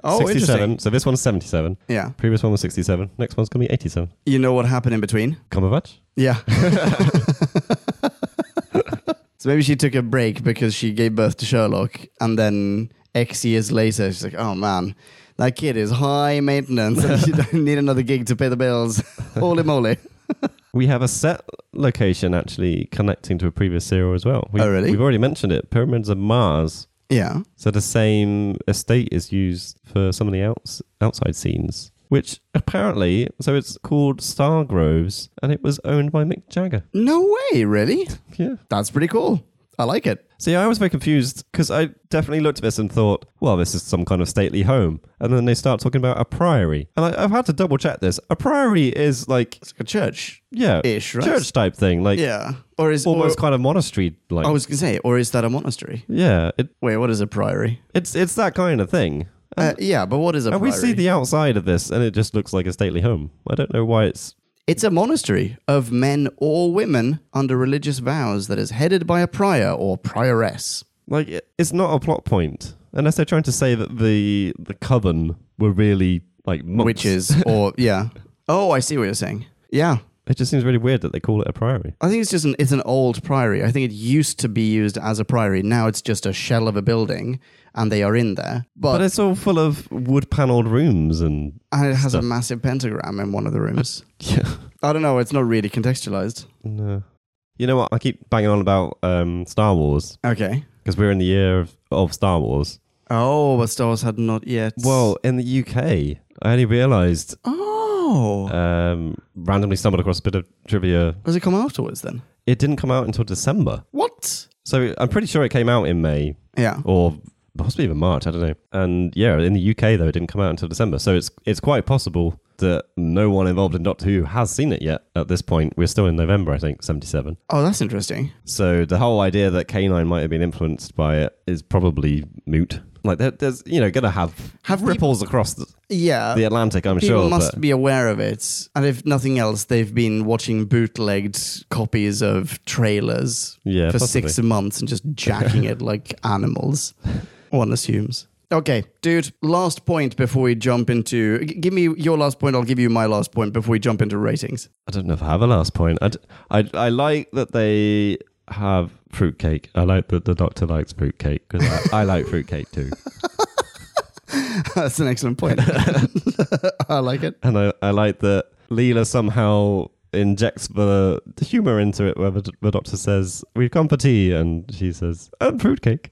Speaker 1: Oh,
Speaker 2: 67.
Speaker 1: interesting.
Speaker 2: So this one's 77.
Speaker 1: Yeah.
Speaker 2: Previous one was 67. Next one's going to be 87.
Speaker 1: You know what happened in between?
Speaker 2: Cumberbatch?
Speaker 1: Yeah. so maybe she took a break because she gave birth to Sherlock, and then X years later, she's like, oh man, that kid is high maintenance. and she don't need another gig to pay the bills. Holy moly.
Speaker 2: We have a set location actually connecting to a previous serial as well. We,
Speaker 1: Oh, really?
Speaker 2: We've already mentioned it. Pyramids of Mars.
Speaker 1: Yeah.
Speaker 2: So the same estate is used for some of the outs- outside scenes, which apparently, so it's called Star Groves, and it was owned by Mick Jagger.
Speaker 1: No way, really?
Speaker 2: Yeah.
Speaker 1: That's pretty cool. I like it.
Speaker 2: See, I was very confused because I definitely looked at this and thought, well, this is some kind of stately home. And then they start talking about a priory. And I, I've had to double check this. A priory is like,
Speaker 1: It's like a church
Speaker 2: yeah,
Speaker 1: ish, right?
Speaker 2: church type thing, like
Speaker 1: Yeah. Or is
Speaker 2: almost
Speaker 1: or- Oh,
Speaker 2: kind of monastery like.
Speaker 1: I was gonna say, or is that a monastery?
Speaker 2: yeah, it,
Speaker 1: Wait, what is a priory?
Speaker 2: it's it's that kind of thing.
Speaker 1: Uh, yeah, but what is a
Speaker 2: And
Speaker 1: priory?
Speaker 2: we Um, see the outside of this, and it just looks like a stately home. I don't know why it's.
Speaker 1: It's a monastery of men or women under religious vows that is headed by a prior or prioress.
Speaker 2: Like it- it's not a plot point, unless they're trying to say that the the coven were really like monks.
Speaker 1: Witches or yeah. Oh, I see what you're saying. Yeah.
Speaker 2: It just seems really weird that they call it a priory.
Speaker 1: I think it's just an it's an old priory. I think it used to be used as a priory. Now it's just a shell of a building and they are in there. But,
Speaker 2: But it's all full of wood panelled rooms and
Speaker 1: and it has a massive pentagram in one of the rooms.
Speaker 2: yeah.
Speaker 1: I don't know, it's not really contextualized.
Speaker 2: No. You know what? I keep banging on about um, Star Wars
Speaker 1: Okay.
Speaker 2: because we're in the year of, of Star Wars.
Speaker 1: Oh, but Star Wars had not yet
Speaker 2: Well, in the UK, I only realised
Speaker 1: Oh.
Speaker 2: um, randomly stumbled across a bit of trivia.
Speaker 1: Does it come afterwards then?
Speaker 2: It didn't come out until December,
Speaker 1: What?
Speaker 2: so I'm pretty sure it came out in May
Speaker 1: Yeah.
Speaker 2: or possibly even March. I don't know. And yeah, in the UK though, it didn't come out until December, so it's it's quite possible that no one involved in Doctor Who has seen it yet. At this point, we're still in November, I think, seventy-seven.
Speaker 1: Oh, that's interesting.
Speaker 2: So the whole idea that Canine might have been influenced by it is probably moot. Like there, there's, you know, gonna have
Speaker 1: Have
Speaker 2: have
Speaker 1: peop-
Speaker 2: ripples across the,
Speaker 1: Yeah.
Speaker 2: the Atlantic. I'm
Speaker 1: People
Speaker 2: sure.
Speaker 1: must
Speaker 2: but-
Speaker 1: be aware of it. And if nothing else, they've been watching bootlegged copies of trailers
Speaker 2: Yeah,
Speaker 1: for
Speaker 2: possibly.
Speaker 1: six months and just jacking it like animals, one assumes. Okay, dude, last point before we jump into. g- give me your last point, I'll give you my last point before we jump into ratings.
Speaker 2: I don't know if I have a last point. I, d- I- I like that they have fruitcake. I like that the doctor likes fruitcake because I, I like fruitcake too.
Speaker 1: That's an excellent point. I like it.
Speaker 2: And I, I like that Leela somehow injects the, the humor into it where the, the doctor says, We've come for tea. And she says, And fruitcake.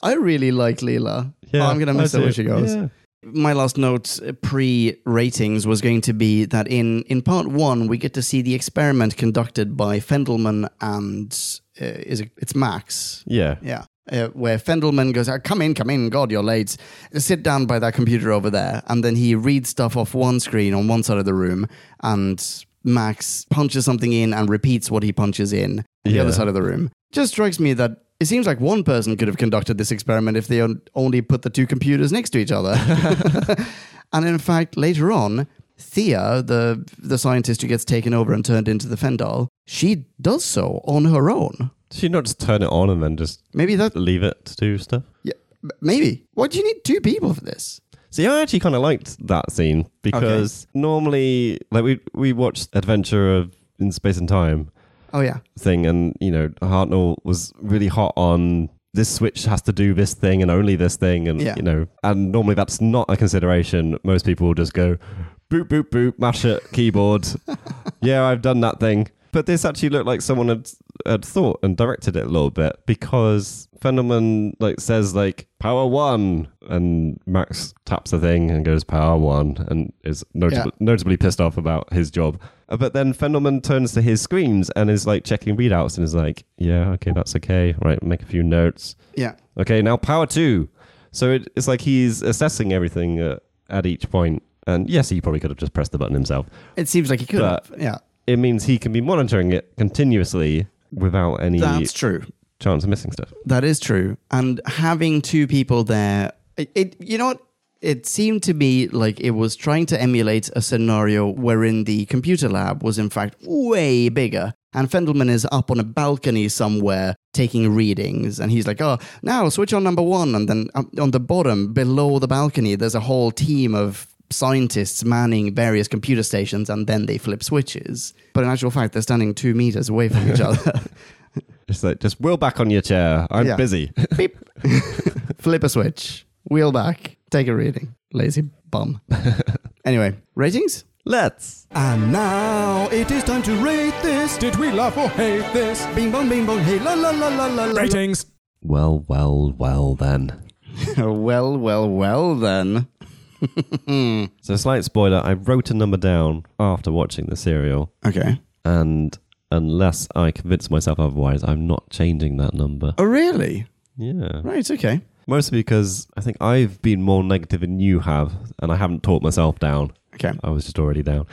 Speaker 1: I really like Leela. Oh, I'm going to miss
Speaker 2: I
Speaker 1: her when
Speaker 2: see.
Speaker 1: she goes.
Speaker 2: Yeah.
Speaker 1: my last note pre ratings was going to be that in, in part one, we get to see the experiment conducted by Fendelman and uh, is it, it's Max.
Speaker 2: yeah.
Speaker 1: Yeah. uh, where Fendelman goes, "Ah, Come in, come in, God, you're late. Sit down by that computer over there. And then he reads stuff off one screen on one side of the room, and Max punches something in and repeats what he punches in on the
Speaker 2: Yeah.
Speaker 1: other side of the room. Just strikes me that. It seems like one person could have conducted this experiment if they on- only put the two computers next to each other. and in fact, later on, Thea, the the scientist who gets taken over and turned into the Fendal, she does so on her own.
Speaker 2: Did you not just turn it on and then just
Speaker 1: Maybe that
Speaker 2: leave it to do stuff?
Speaker 1: yeah, m- maybe. Why do you need two people for this?
Speaker 2: See, I actually kind of liked that scene because normally, like we we watched Adventure of in Space and Time
Speaker 1: Oh yeah,
Speaker 2: thing, and you know Hartnell was really hot on this switch has to do this thing and only this thing, and
Speaker 1: Yeah.
Speaker 2: you know, and normally that's not a consideration. Most people will just go boop boop boop, mash it, keyboard. yeah, I've done that thing. But this actually looked like someone had had thought and directed it a little bit because Fendelman like says like power one and Max taps the thing and goes power one and is notab-
Speaker 1: Yeah.
Speaker 2: notably pissed off about his job. Uh, But then Fendelman turns to his screens and is like checking readouts and is like, yeah, okay, that's okay. Right, make a few notes.
Speaker 1: yeah,
Speaker 2: Okay, now power two. So it, it's like he's assessing everything uh, at each point. And yes, he probably could have just pressed the button himself
Speaker 1: it seems like he could.
Speaker 2: But-
Speaker 1: have. Yeah,
Speaker 2: it means he can be monitoring it continuously without any
Speaker 1: that's true.
Speaker 2: chance of missing stuff.
Speaker 1: That is true. And having two people there, it, it you know what? It seemed to me like it was trying to emulate a scenario wherein the computer lab was in fact way bigger. And Fendelman is up on a balcony somewhere taking readings, and he's like, "Oh, now switch on number one." And then up on the bottom, below the balcony, there's a whole team of scientists manning various computer stations, and then they flip switches. But in actual fact, they're standing two meters away from each other.
Speaker 2: It's like just wheel back on your chair. I'm
Speaker 1: Yeah.
Speaker 2: busy.
Speaker 1: Beep. Flip a switch. Wheel back. Take a reading. Lazy bum. anyway, ratings?
Speaker 2: Let's.
Speaker 3: And now it is time to rate this.
Speaker 5: Did we laugh or hate this?
Speaker 3: Bing bong, bing bong, hey la la la la la la.
Speaker 5: Ratings.
Speaker 2: Well, well, well then.
Speaker 1: well, well, well then.
Speaker 2: So slight spoiler, I wrote a number down after watching the serial
Speaker 1: Okay.
Speaker 2: and unless I convince myself otherwise, I'm not changing that number.
Speaker 1: Oh, really?
Speaker 2: Yeah.
Speaker 1: Right, okay.
Speaker 2: Mostly because I think I've been more negative than you have and I haven't talked myself down.
Speaker 1: Okay.
Speaker 2: I was just already down.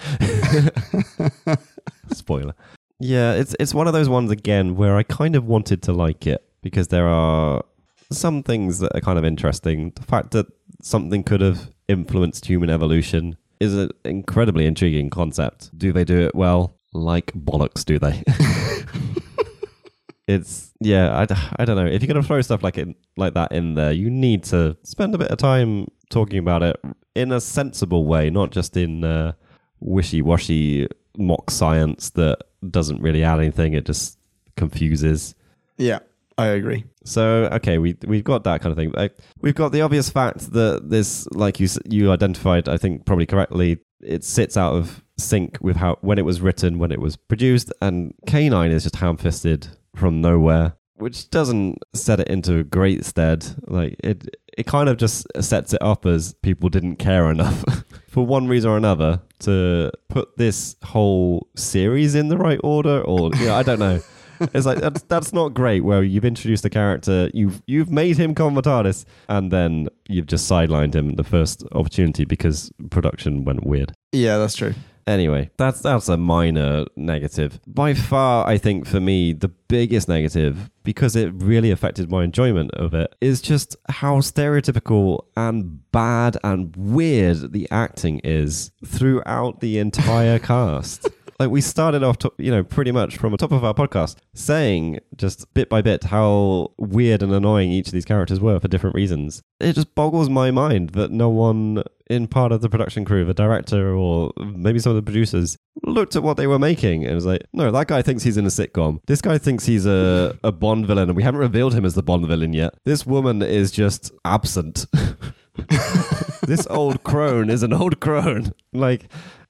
Speaker 2: Spoiler. Yeah, it's it's one of those ones again where I kind of wanted to like it because there are some things that are kind of interesting. The fact that something could have influenced human evolution is an incredibly intriguing concept. Do they do it well? Like bollocks, do they? it's yeah, I, d- I don't know. If you're gonna throw stuff like it like that in there, you need to spend a bit of time talking about it in a sensible way, not just in uh, wishy-washy mock science that doesn't really add anything. It just confuses.
Speaker 1: Yeah, I agree.
Speaker 2: So okay, we we've got that kind of thing. Like, we've got the obvious fact that this, like you s- you identified, I think probably correctly, it sits out of sync with how when it was written, when it was produced, and Canine is just ham-fisted from nowhere, which doesn't set it into great stead. Like it, it kind of just sets it up as people didn't care enough for one reason or another to put this whole series in the right order, or yeah, I don't know. It's like that's that's not great. Where you've introduced a character, you've you've made him Convertatus, and then you've just sidelined him the first opportunity because production went weird.
Speaker 1: Yeah, that's true.
Speaker 2: Anyway, that's that's a minor negative. By far, I think for me the biggest negative because it really affected my enjoyment of it is just how stereotypical and bad and weird the acting is throughout the entire cast. Like we started off, to, you know, pretty much from the top of our podcast, saying just bit by bit how weird and annoying each of these characters were for different reasons. It just boggles my mind that no one in part of the production crew, the director or maybe some of the producers, looked at what they were making and was like, no, that guy thinks he's in a sitcom. This guy thinks he's a, a Bond villain and we haven't revealed him as the Bond villain yet. This woman is just absent. this old crone is an old crone. Like,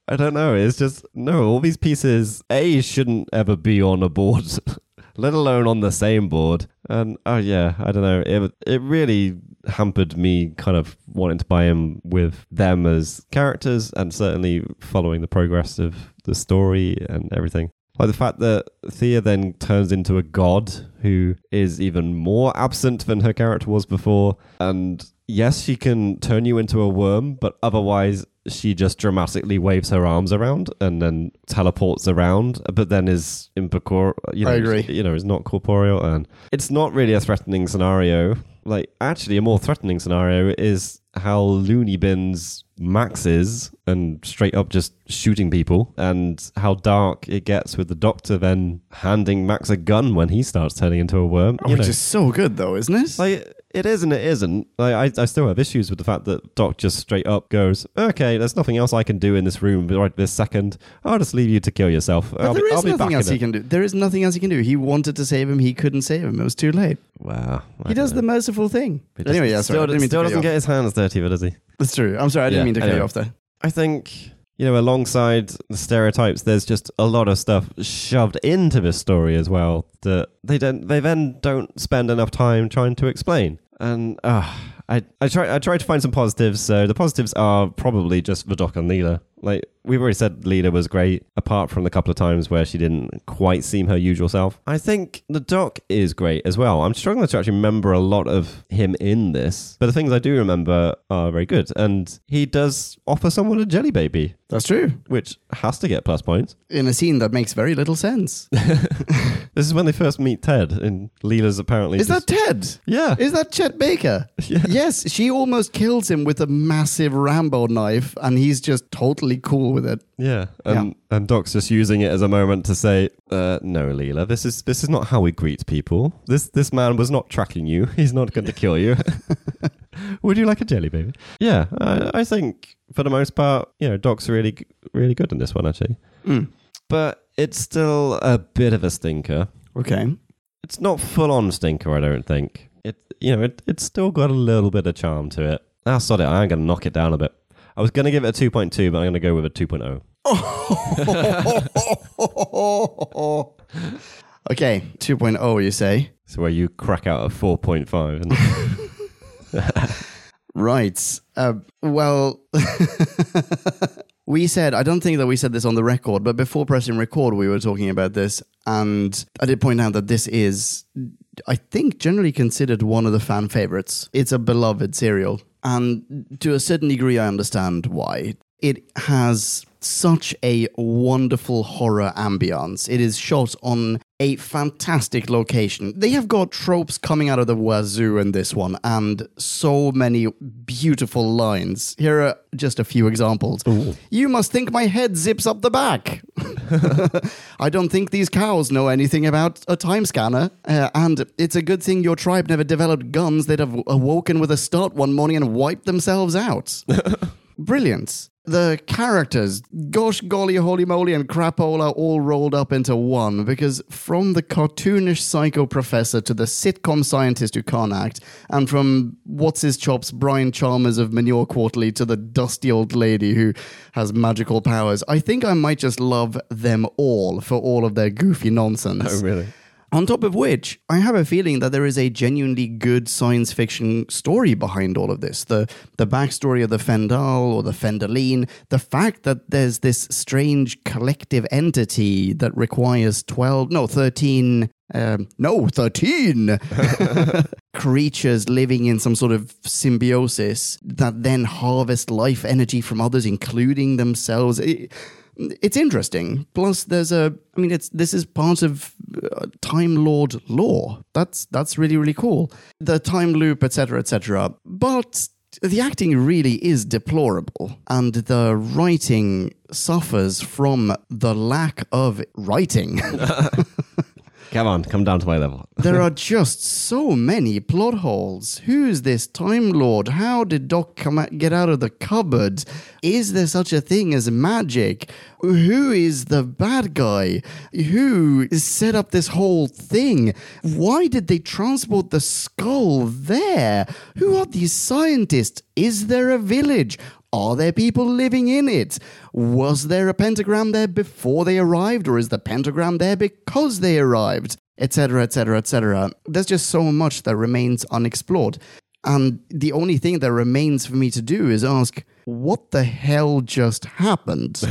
Speaker 2: I don't know. It's just, no, all these pieces, A, shouldn't ever be on a board, let alone on the same board. And, oh, yeah, I don't know. It, it really hampered me kind of wanting to buy in with them as characters and certainly following the progress of the story and everything. Like the fact that Thea then turns into a god who is even more absent than her character was before. And yes, she can turn you into a worm, but otherwise she just dramatically waves her arms around and then teleports around, but then is impecor you know,
Speaker 1: I agree.
Speaker 2: you know, is not corporeal and it's not really a threatening scenario. Like actually a more threatening scenario is how loony bins Max is and straight up just shooting people and how dark it gets with the doctor then handing Max a gun when he starts turning into a worm. You
Speaker 1: Which
Speaker 2: know.
Speaker 1: is so good, though, isn't it?
Speaker 2: Like it is and it isn't. Like I, I still have issues with the fact that Doc just straight up goes, "Okay, there's nothing else I can do in this room right this second. I'll just leave you to kill yourself.
Speaker 1: but
Speaker 2: I'll
Speaker 1: there
Speaker 2: be,
Speaker 1: is
Speaker 2: I'll be back
Speaker 1: nothing else
Speaker 2: in
Speaker 1: he
Speaker 2: a-"
Speaker 1: can do. There is nothing else he can do. He wanted to save him. He couldn't save him. It was too late.
Speaker 2: Wow, I
Speaker 1: he does
Speaker 2: don't
Speaker 1: the
Speaker 2: know.
Speaker 1: merciful thing.
Speaker 2: He just-
Speaker 1: anyway, yeah, sorry.
Speaker 2: still,
Speaker 1: I didn't mean to
Speaker 2: still
Speaker 1: cut you
Speaker 2: doesn't
Speaker 1: off.
Speaker 2: get his hands dirty, but does he?
Speaker 1: That's true. I'm sorry. I didn't
Speaker 2: Yeah,
Speaker 1: mean to cut
Speaker 2: anyway.
Speaker 1: you off there.
Speaker 2: I think, you know, alongside the stereotypes, there's just a lot of stuff shoved into this story as well that they don't they then don't spend enough time trying to explain. And uh, I I try I tried to find some positives, so the positives are probably just the Doc and Leela. Like we've already said Leela was great, apart from the couple of times where she didn't quite seem her usual self. I think the Doc is great as well. I'm struggling to actually remember a lot of him in this, but the things I do remember are very good. And he does offer someone a jelly baby,
Speaker 1: That's true.
Speaker 2: which has to get plus points.
Speaker 1: In a scene that makes very little sense.
Speaker 2: This is when they first meet Ted, and Leela's apparently
Speaker 1: Is that
Speaker 2: just-
Speaker 1: Ted?
Speaker 2: yeah.
Speaker 1: Is that Chet Baker?
Speaker 2: Yeah.
Speaker 1: Yes, she almost kills him with a massive Rambo knife, and he's just totally cool with it.
Speaker 2: Yeah, and and Doc's just using it as a moment to say, uh, "No, Leela, this is this is not how we greet people. This this man was not tracking you. He's not going to kill you. Would you like a jelly baby?" Yeah, I, I think for the most part, you know, Doc's really g- really good in this one actually,
Speaker 1: Hmm.
Speaker 2: but it's still a bit of a stinker.
Speaker 1: Okay.
Speaker 2: It's not full on stinker, I don't think. It you know it, it's still got a little bit of charm to it. Ah, sod it, I am going to knock it down a bit. I was going to give it a 2.2, but I'm going to go with a oh. 2.0.
Speaker 1: okay, 2.0, you say?
Speaker 2: So where you crack out a 4.5. And
Speaker 1: Right. Uh, well, we said, I don't think that we said this on the record, but before pressing record, we were talking about this. And I did point out that this is, I think, generally considered one of the fan favorites. It's a beloved serial. And to a certain degree, I understand why. It has such a wonderful horror ambience. It is shot on a fantastic location. They have got tropes coming out of the wazoo in this one and so many beautiful lines. Here are just a few examples. You must think my head zips up the back. I don't think these cows know anything about a time scanner. Uh, and it's a good thing your tribe never developed guns. They'd have awoken with a start one morning and wiped themselves out. Brilliant. The characters, gosh golly holy moly and crapola all rolled up into one because from the cartoonish psycho professor to the sitcom scientist who can't act, and from what's his chops Brian Chalmers of Manure Quarterly to the dusty old lady who has magical powers, I think I might just love them all for all of their goofy nonsense.
Speaker 2: really?
Speaker 1: On top of which, I have a feeling that there is a genuinely good science fiction story behind all of this. The the backstory of the Fendal or the Fendaline, the fact that there's this strange collective entity that requires 12, no, 13, um, no, 13 creatures living in some sort of symbiosis that then harvest life energy from others, including themselves. It- it's interesting. Plus, there's a. I mean, it's this is part of uh, Time Lord lore. That's that's really really cool. The time loop, etc., etc. But the acting really is deplorable, and the writing suffers from the lack of writing.
Speaker 2: Come on, come down to my level.
Speaker 1: there are just so many plot holes. Who's this Time Lord? How did Doc come out, get out of the cupboard? Is there such a thing as magic? Who is the bad guy? Who set up this whole thing? Why did they transport the skull there? Who are these scientists? Is there a village? Are there people living in it? Was there a pentagram there before they arrived, or is the pentagram there because they arrived? etc., etc., etc. There's just so much that remains unexplored. And the only thing that remains for me to do is ask, what the hell just happened?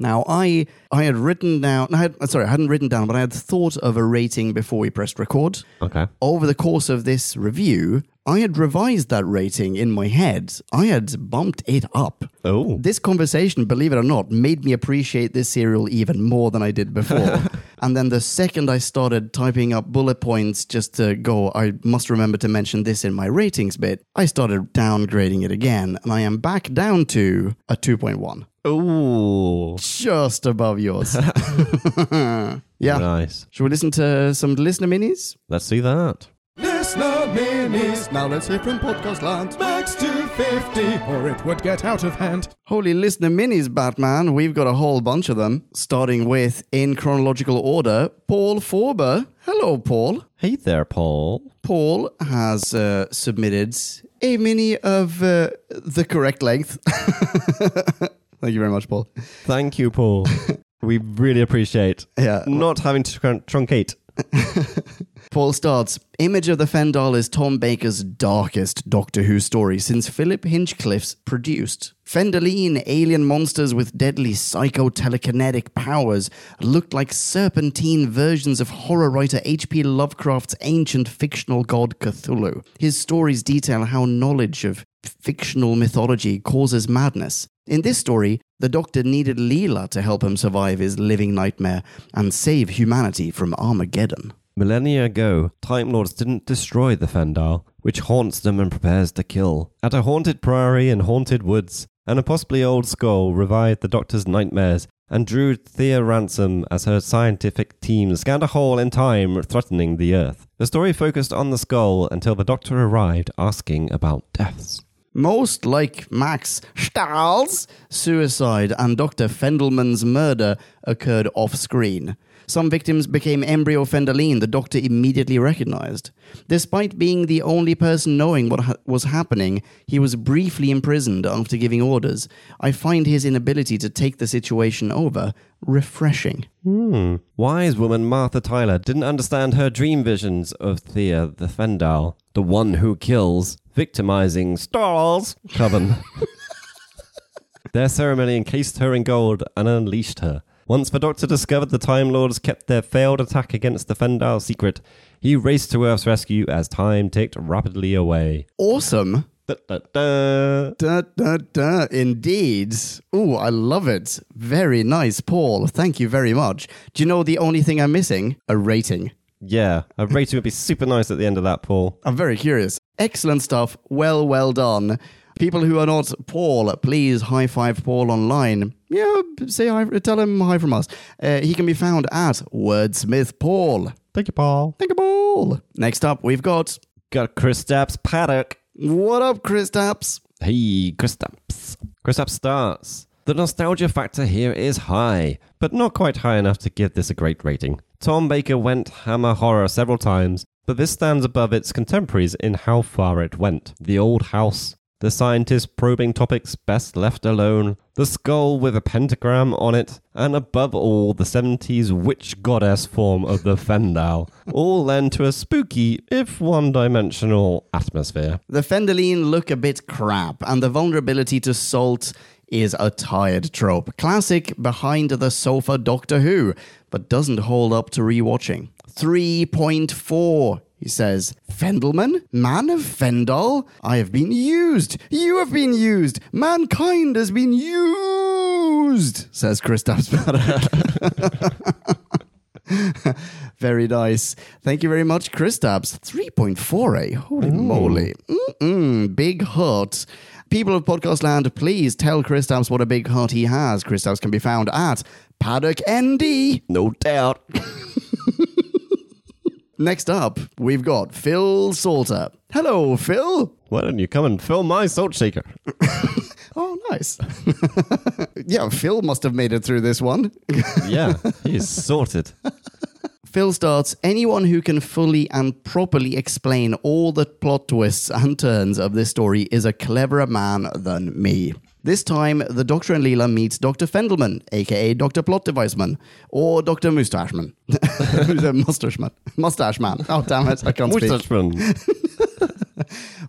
Speaker 1: Now, I I had written down. I had, sorry, I hadn't written down, but I had thought of a rating before we pressed record.
Speaker 2: Okay.
Speaker 1: Over the course of this review, I had revised that rating in my head. I had bumped it up.
Speaker 2: Oh.
Speaker 1: This conversation, believe it or not, made me appreciate this serial even more than I did before. and then the second I started typing up bullet points just to go, I must remember to mention this in my ratings bit, I started downgrading it again, and I am back down to a 2.1.
Speaker 2: Ooh.
Speaker 1: Just above yours. yeah.
Speaker 2: Nice.
Speaker 1: Should we listen to some listener minis?
Speaker 2: Let's see that.
Speaker 5: Listener minis.
Speaker 1: Now let's hear from Podcast Land.
Speaker 5: Max 250, or it would get out of hand.
Speaker 1: Holy listener minis, Batman. We've got a whole bunch of them, starting with, in chronological order, Paul Forber. Hello, Paul.
Speaker 2: Hey there, Paul.
Speaker 1: Paul has uh, submitted a mini of uh, the correct length. Thank you very much, Paul.
Speaker 2: Thank you, Paul. we really appreciate
Speaker 1: Yeah.
Speaker 2: not having to trun- truncate.
Speaker 1: Paul starts Image of the Fendal is Tom Baker's darkest Doctor Who story since Philip Hinchcliffe's produced. Fendaline, alien monsters with deadly psycho-telekinetic powers, looked like serpentine versions of horror writer H.P. Lovecraft's ancient fictional god Cthulhu. His stories detail how knowledge of fictional mythology causes madness. In this story, the Doctor needed Leela to help him survive his living nightmare and save humanity from Armageddon.
Speaker 2: Millennia ago, Time Lords didn't destroy the Fendal, which haunts them and prepares to kill. At a haunted priory in haunted woods, an impossibly old skull revived the Doctor's nightmares and drew Thea Ransom as her scientific team scanned a hole in time threatening the Earth. The story focused on the skull until the Doctor arrived asking about deaths.
Speaker 1: Most like Max Stahl's suicide and Dr. Fendelman's murder occurred off screen. Some victims became embryo Fendaline, the doctor immediately recognized. Despite being the only person knowing what ha- was happening, he was briefly imprisoned after giving orders. I find his inability to take the situation over refreshing.
Speaker 2: Hmm. Wise woman Martha Tyler didn't understand her dream visions of Thea the Fendal, the one who kills, victimizing Starls Coven. Their ceremony encased her in gold and unleashed her. Once the Doctor discovered the Time Lords kept their failed attack against the Fendal secret, he raced to Earth's rescue as time ticked rapidly away.
Speaker 1: Awesome.
Speaker 2: Da, da, da.
Speaker 1: Da, da, da. Indeed. Ooh, I love it. Very nice, Paul. Thank you very much. Do you know the only thing I'm missing? A rating.
Speaker 2: Yeah, a rating would be super nice at the end of that, Paul.
Speaker 1: I'm very curious. Excellent stuff. Well, well done. People who are not Paul, please high five Paul online. Yeah, say hi. Tell him hi from us. Uh, he can be found at Wordsmith Paul.
Speaker 2: Thank you, Paul.
Speaker 1: Thank you, Paul. Next up, we've got
Speaker 2: Got Chris Stapps Paddock.
Speaker 1: what up, Chris Tapps?
Speaker 2: Hey, Kristaps. Kristaps starts. The nostalgia factor here is high, but not quite high enough to give this a great rating. Tom Baker went hammer horror several times, but this stands above its contemporaries in how far it went. The old house, the scientist probing topics best left alone, the skull with a pentagram on it, and above all, the 70s witch goddess form of the Fendal, all lend to a spooky, if one dimensional, atmosphere.
Speaker 1: The Fendaline look a bit crap, and the vulnerability to salt is a tired trope. Classic behind the sofa Doctor Who, but doesn't hold up to rewatching. 3.4, he says. Fendelman? Man of Fendal? I have been used. You have been used. Mankind has been used, says Christoph Spadek. Very nice. Thank you very much, Christabs. 3.4, eh? Holy moly. Mm-mm, big heart. People of podcast land, please tell Christabs what a big heart he has. Christabs can be found at Paddock ND.
Speaker 2: No doubt.
Speaker 1: Next up, we've got Phil Salter. Hello, Phil.
Speaker 2: Why don't you come and fill my salt shaker?
Speaker 1: Oh, nice. yeah, Phil must have made it through this one.
Speaker 2: Yeah, he's sorted.
Speaker 1: Phil starts Anyone who can fully and properly explain all the plot twists and turns of this story is a cleverer man than me. This time, the Doctor and Leela meets Dr. Fendelman, aka Dr. Plot Deviceman, or Dr. Mustacheman. Who's a mustache man? Mustache man. Oh, damn it. I can't speak.
Speaker 2: Mustache man.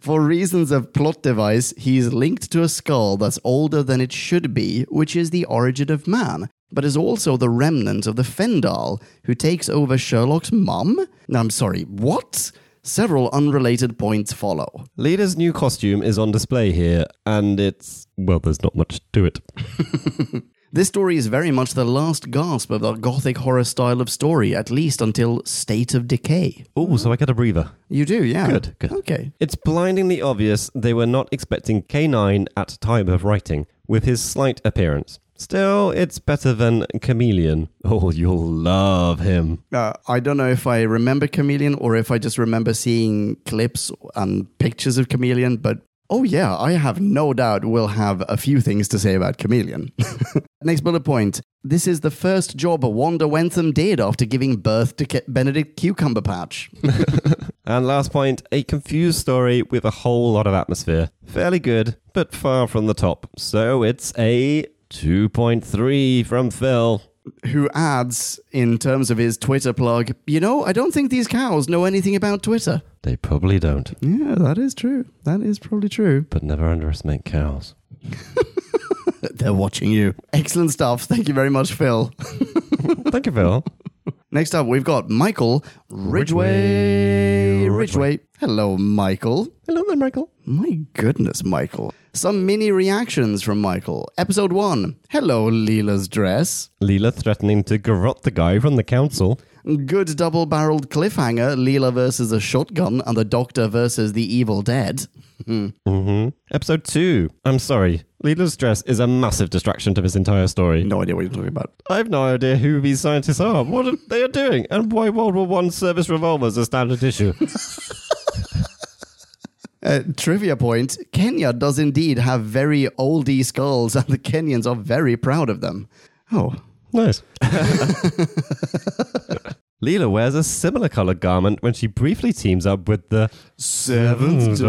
Speaker 1: For reasons of plot device, he's linked to a skull that's older than it should be, which is the origin of man, but is also the remnant of the Fendal, who takes over Sherlock's mum? No, I'm sorry, what? Several unrelated points follow.
Speaker 2: Leader's new costume is on display here, and it's. Well, there's not much to it.
Speaker 1: This story is very much the last gasp of the gothic horror style of story, at least until State of Decay.
Speaker 2: Oh, so I get a breather.
Speaker 1: You do, yeah.
Speaker 2: Good, good.
Speaker 1: Okay.
Speaker 2: It's blindingly obvious they were not expecting K9 at time of writing, with his slight appearance. Still, it's better than Chameleon. Oh, you'll love him.
Speaker 1: Uh, I don't know if I remember Chameleon or if I just remember seeing clips and pictures of Chameleon, but oh yeah, I have no doubt we'll have a few things to say about Chameleon. Next bullet point. This is the first job Wanda Wentham did after giving birth to Ke- Benedict Cucumber Patch.
Speaker 2: And last point, a confused story with a whole lot of atmosphere. Fairly good, but far from the top. So it's a 2.3 from Phil.
Speaker 1: who adds, in terms of his Twitter plug, you know, I don't think these cows know anything about Twitter.
Speaker 2: They probably don't,
Speaker 1: Yeah, that is true. That is probably true.
Speaker 2: but never underestimate cows.
Speaker 1: They're watching you. Excellent stuff. Thank you very much, Phil.
Speaker 2: Thank you, Phil.
Speaker 1: Next up, we've got Michael Ridgway. Ridgway. Hello, Michael.
Speaker 2: Hello there, Michael.
Speaker 1: My goodness, Michael. Some mini reactions from Michael. Episode 1. Hello, Leela's dress.
Speaker 2: Leela threatening to garrote the guy from the council.
Speaker 1: Good double barreled cliffhanger Leela versus a shotgun and the doctor versus the evil dead.
Speaker 2: Mm-hmm. Episode 2. I'm sorry. Leela's dress is a massive distraction to this entire story.
Speaker 1: No idea what you're talking about.
Speaker 2: I have no idea who these scientists are, what are- they are doing, and why World War One service revolvers are standard issue.
Speaker 1: Uh, trivia point Kenya does indeed have very oldie skulls, and the Kenyans are very proud of them. Oh,
Speaker 2: Nice. Leela wears a similar coloured garment when she briefly teams up with the Mm,
Speaker 1: Seventh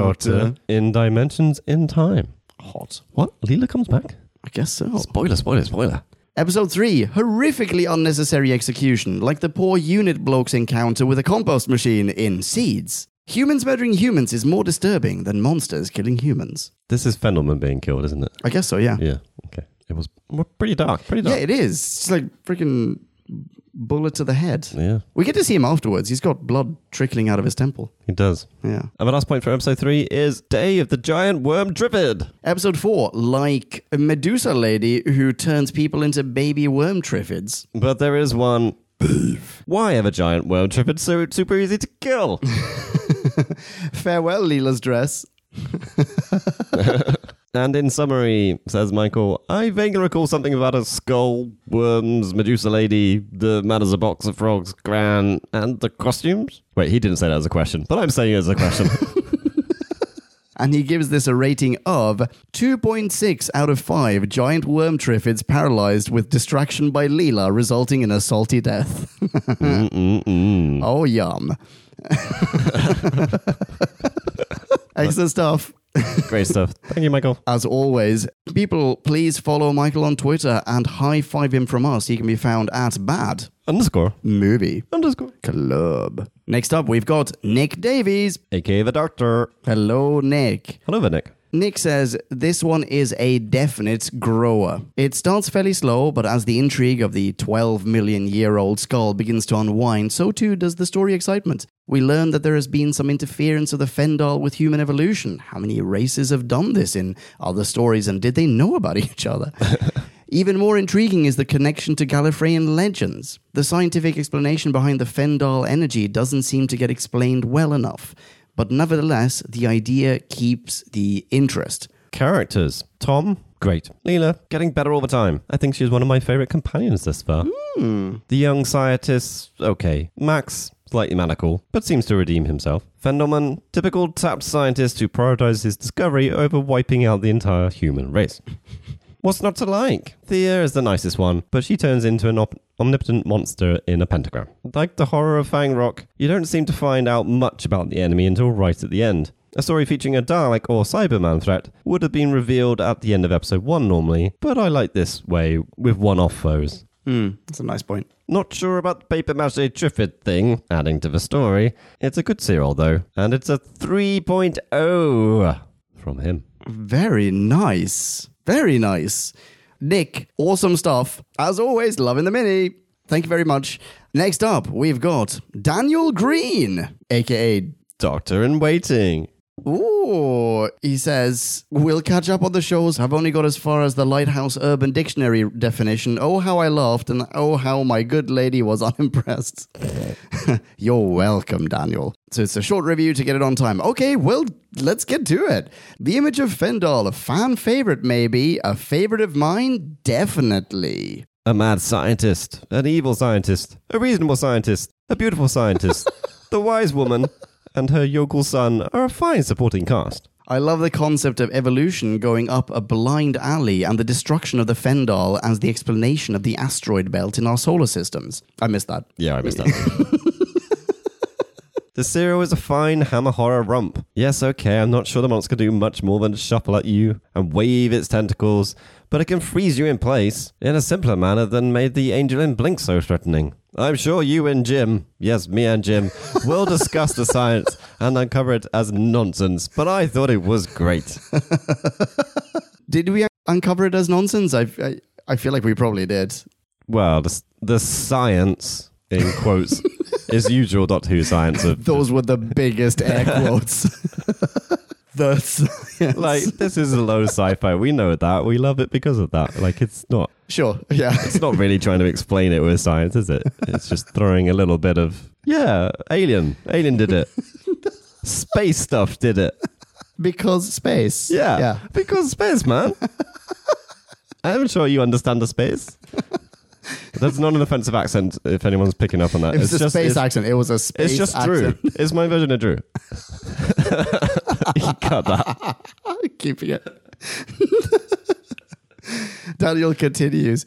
Speaker 2: in Dimensions in Time.
Speaker 1: Hot.
Speaker 2: What? Leela comes back?
Speaker 1: I guess so.
Speaker 2: Oh. Spoiler, spoiler, spoiler.
Speaker 1: Episode 3 Horrifically unnecessary execution, like the poor unit bloke's encounter with a compost machine in Seeds. Humans murdering humans is more disturbing than monsters killing humans.
Speaker 2: This is Fendelman being killed, isn't it?
Speaker 1: I guess so, yeah.
Speaker 2: Yeah. Okay. It was well, pretty dark. Pretty
Speaker 1: Yeah,
Speaker 2: dark.
Speaker 1: it is. It's like freaking bullet to the head.
Speaker 2: yeah
Speaker 1: We get to see him afterwards. He's got blood trickling out of his temple.
Speaker 2: he does.
Speaker 1: Yeah.
Speaker 2: And the last point for episode three is Day of the Giant Worm Drivid.
Speaker 1: Episode four, like a Medusa lady who turns people into baby worm triffids.
Speaker 2: But there is one. Why have a giant worm drivid so it's super easy to kill?
Speaker 1: Farewell, Leela's dress.
Speaker 2: and in summary, says Michael, I vaguely recall something about a skull, worms, Medusa lady, the man as a box of frogs, Gran, and the costumes? Wait, he didn't say that as a question, but I'm saying it as a question.
Speaker 1: And he gives this a rating of 2.6 out of 5 giant worm triffids paralyzed with distraction by Leela, resulting in a salty death.
Speaker 2: Mm,
Speaker 1: oh, yum. Excellent stuff.
Speaker 2: Great stuff. Thank you, Michael.
Speaker 1: As always, people, please follow Michael on Twitter and high five him from us. He can be found at Bad
Speaker 2: Underscore.
Speaker 1: Movie
Speaker 2: Underscore.
Speaker 1: Club. Next up, we've got Nick Davies.
Speaker 2: AKA the doctor.
Speaker 1: Hello, Nick.
Speaker 2: Hello there, Nick.
Speaker 1: Nick says this one is a definite grower. It starts fairly slow, but as the intrigue of the 12 million year old skull begins to unwind, so too does the story excitement. We learn that there has been some interference of the Fendal with human evolution. How many races have done this in other stories, and did they know about each other? Even more intriguing is the connection to Gallifreyan legends. The scientific explanation behind the Fendal energy doesn't seem to get explained well enough, but nevertheless, the idea keeps the interest.
Speaker 2: Characters. Tom, great. Leela, getting better all the time. I think she's one of my favorite companions thus far. The young scientist, okay. Max, slightly maniacal, but seems to redeem himself. Fendelman, typical tapped scientist who prioritizes his discovery over wiping out the entire human race. What's not to like? Thea is the nicest one, but she turns into an op- omnipotent monster in a pentagram. Like the horror of Fang Rock, you don't seem to find out much about the enemy until right at the end. A story featuring a Dalek or Cyberman threat would have been revealed at the end of episode 1 normally, but I like this way with one off foes.
Speaker 1: That's a nice point.
Speaker 2: Not sure about the paper mache Triffid thing, adding to the story. It's a good serial though, and it's a 3.0 from him.
Speaker 1: Very nice. Very nice. Nick, awesome stuff. As always, loving the mini. Thank you very much. Next up, we've got Daniel Green, aka
Speaker 2: Doctor in Waiting.
Speaker 1: Ooh, he says, We'll catch up on the shows. I've only got as far as the Lighthouse Urban Dictionary definition. Oh, how I laughed, and oh, how my good lady was unimpressed. You're welcome, Daniel. So it's a short review to get it on time. Okay, well, let's get to it. The image of Fendal, a fan favorite, maybe, a favorite of mine, definitely.
Speaker 2: A mad scientist, an evil scientist, a reasonable scientist, a beautiful scientist, the wise woman, and her yokel son are a fine supporting cast.
Speaker 1: I love the concept of evolution going up a blind alley and the destruction of the Fendal as the explanation of the asteroid belt in our solar systems. I missed that.
Speaker 2: Yeah, I missed that. the serial is a fine hammer horror rump. Yes, okay, I'm not sure the monster can do much more than shuffle at you and wave its tentacles, but it can freeze you in place in a simpler manner than made the angel in Blink so threatening. I'm sure you and Jim, yes, me and Jim, will discuss the science and uncover it as nonsense, but I thought it was great.
Speaker 1: Did we uncover it as nonsense? I, I, I feel like we probably did.
Speaker 2: Well, the, the science, in quotes, is usual Doctor Who science of
Speaker 1: Those were the biggest air quotes. the science.
Speaker 2: like this is a low sci-fi we know that we love it because of that like it's not
Speaker 1: Sure, yeah.
Speaker 2: it's not really trying to explain it with science is it it's just throwing a little bit of yeah alien alien did it space stuff did it
Speaker 1: because space.
Speaker 2: yeah
Speaker 1: Yeah.
Speaker 2: because space man i'm sure you understand the space that's not an offensive accent if anyone's picking up on that
Speaker 1: It was
Speaker 2: it's
Speaker 1: a
Speaker 2: just
Speaker 1: space
Speaker 2: it's,
Speaker 1: accent. It was a space
Speaker 2: it's just
Speaker 1: accent.
Speaker 2: drew it's my version of drew you cut that
Speaker 1: keeping it. Daniel continues.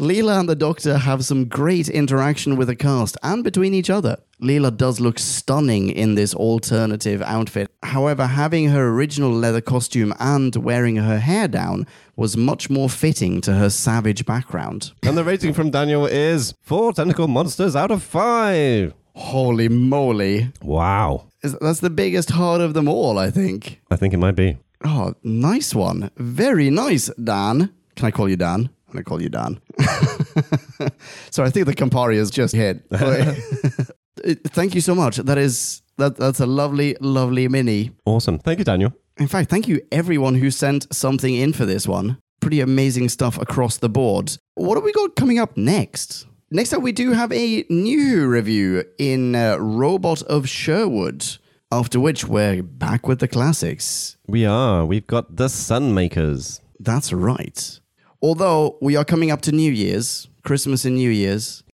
Speaker 1: Leela and the Doctor have some great interaction with the cast and between each other. Leela does look stunning in this alternative outfit. However, having her original leather costume and wearing her hair down was much more fitting to her savage background.
Speaker 2: and the rating from daniel is four tentacle monsters out of five
Speaker 1: Holy moly.
Speaker 2: Wow.
Speaker 1: Is- That's the biggest heart of them all, I think.
Speaker 2: I think it might be.
Speaker 1: Oh, nice one. Very nice, Dan. Can I call you Dan? I'm going to call you Dan. so I think the Campari has just hit. It- thank you so much. That is that that's a lovely lovely mini.
Speaker 2: Awesome. Thank you, Daniel.
Speaker 1: In fact, thank you everyone who sent something in for this one. Pretty amazing stuff across the board. What have we got coming up next? Next up, we do have a new review in uh, Robot of Sherwood. After which, we're back with the classics.
Speaker 2: We are. We've got the Sunmakers.
Speaker 1: That's right. Although we are coming up to New Year's, Christmas and New Year's.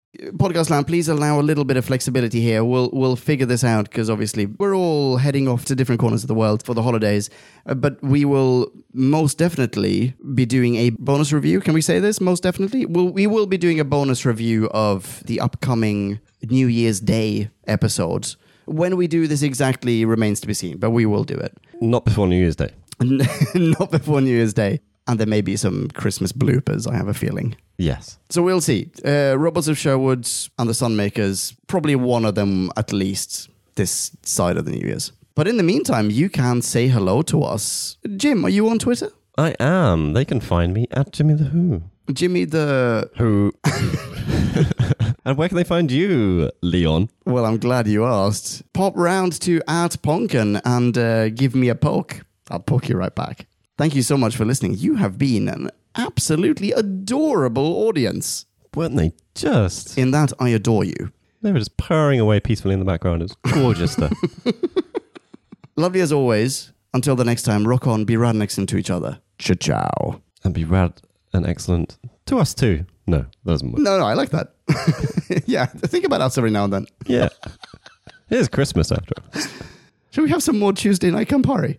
Speaker 1: Podcast Land, please allow a little bit of flexibility here. We'll we'll figure this out because obviously we're all heading off to different corners of the world for the holidays. Uh, but we will most definitely be doing a bonus review. Can we say this? Most definitely, we'll, we will be doing a bonus review of the upcoming New Year's Day episode. When we do this exactly remains to be seen, but we will do it.
Speaker 2: Not before New Year's Day.
Speaker 1: not before New Year's Day. And there may be some Christmas bloopers, I have a feeling.
Speaker 2: Yes.
Speaker 1: So we'll see. Uh, Robots of Sherwood and the Sunmakers, probably one of them at least this side of the New Year's. But in the meantime, you can say hello to us. Jim, are you on Twitter?
Speaker 2: I am. They can find me at Jimmy the Who.
Speaker 1: Jimmy the.
Speaker 2: Who? and where can they find you, Leon?
Speaker 1: Well, I'm glad you asked. Pop round to at Ponkin and uh, give me a poke. I'll poke you right back. Thank you so much for listening. You have been an absolutely adorable audience.
Speaker 2: Weren't they just?
Speaker 1: In that, I adore you.
Speaker 2: They were just purring away peacefully in the background. It's gorgeous stuff.
Speaker 1: Lovely as always. Until the next time, rock on, be radnixing to each other. Ciao, ciao.
Speaker 2: and be rad and excellent to us too. No, that doesn't work.
Speaker 1: No, no, I like that. yeah, think about us every now and then.
Speaker 2: Yeah. it is Christmas after all.
Speaker 1: Should we have some more Tuesday night Campari?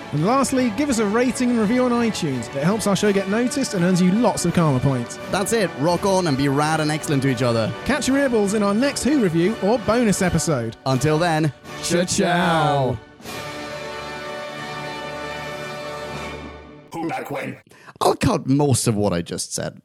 Speaker 5: And lastly, give us a rating and review on iTunes. It helps our show get noticed and earns you lots of karma points.
Speaker 1: That's it, rock on and be rad and excellent to each other.
Speaker 5: Catch your earballs in our next Who review or bonus episode.
Speaker 1: Until then,
Speaker 5: Cha-chao.
Speaker 1: I'll cut most of what I just said.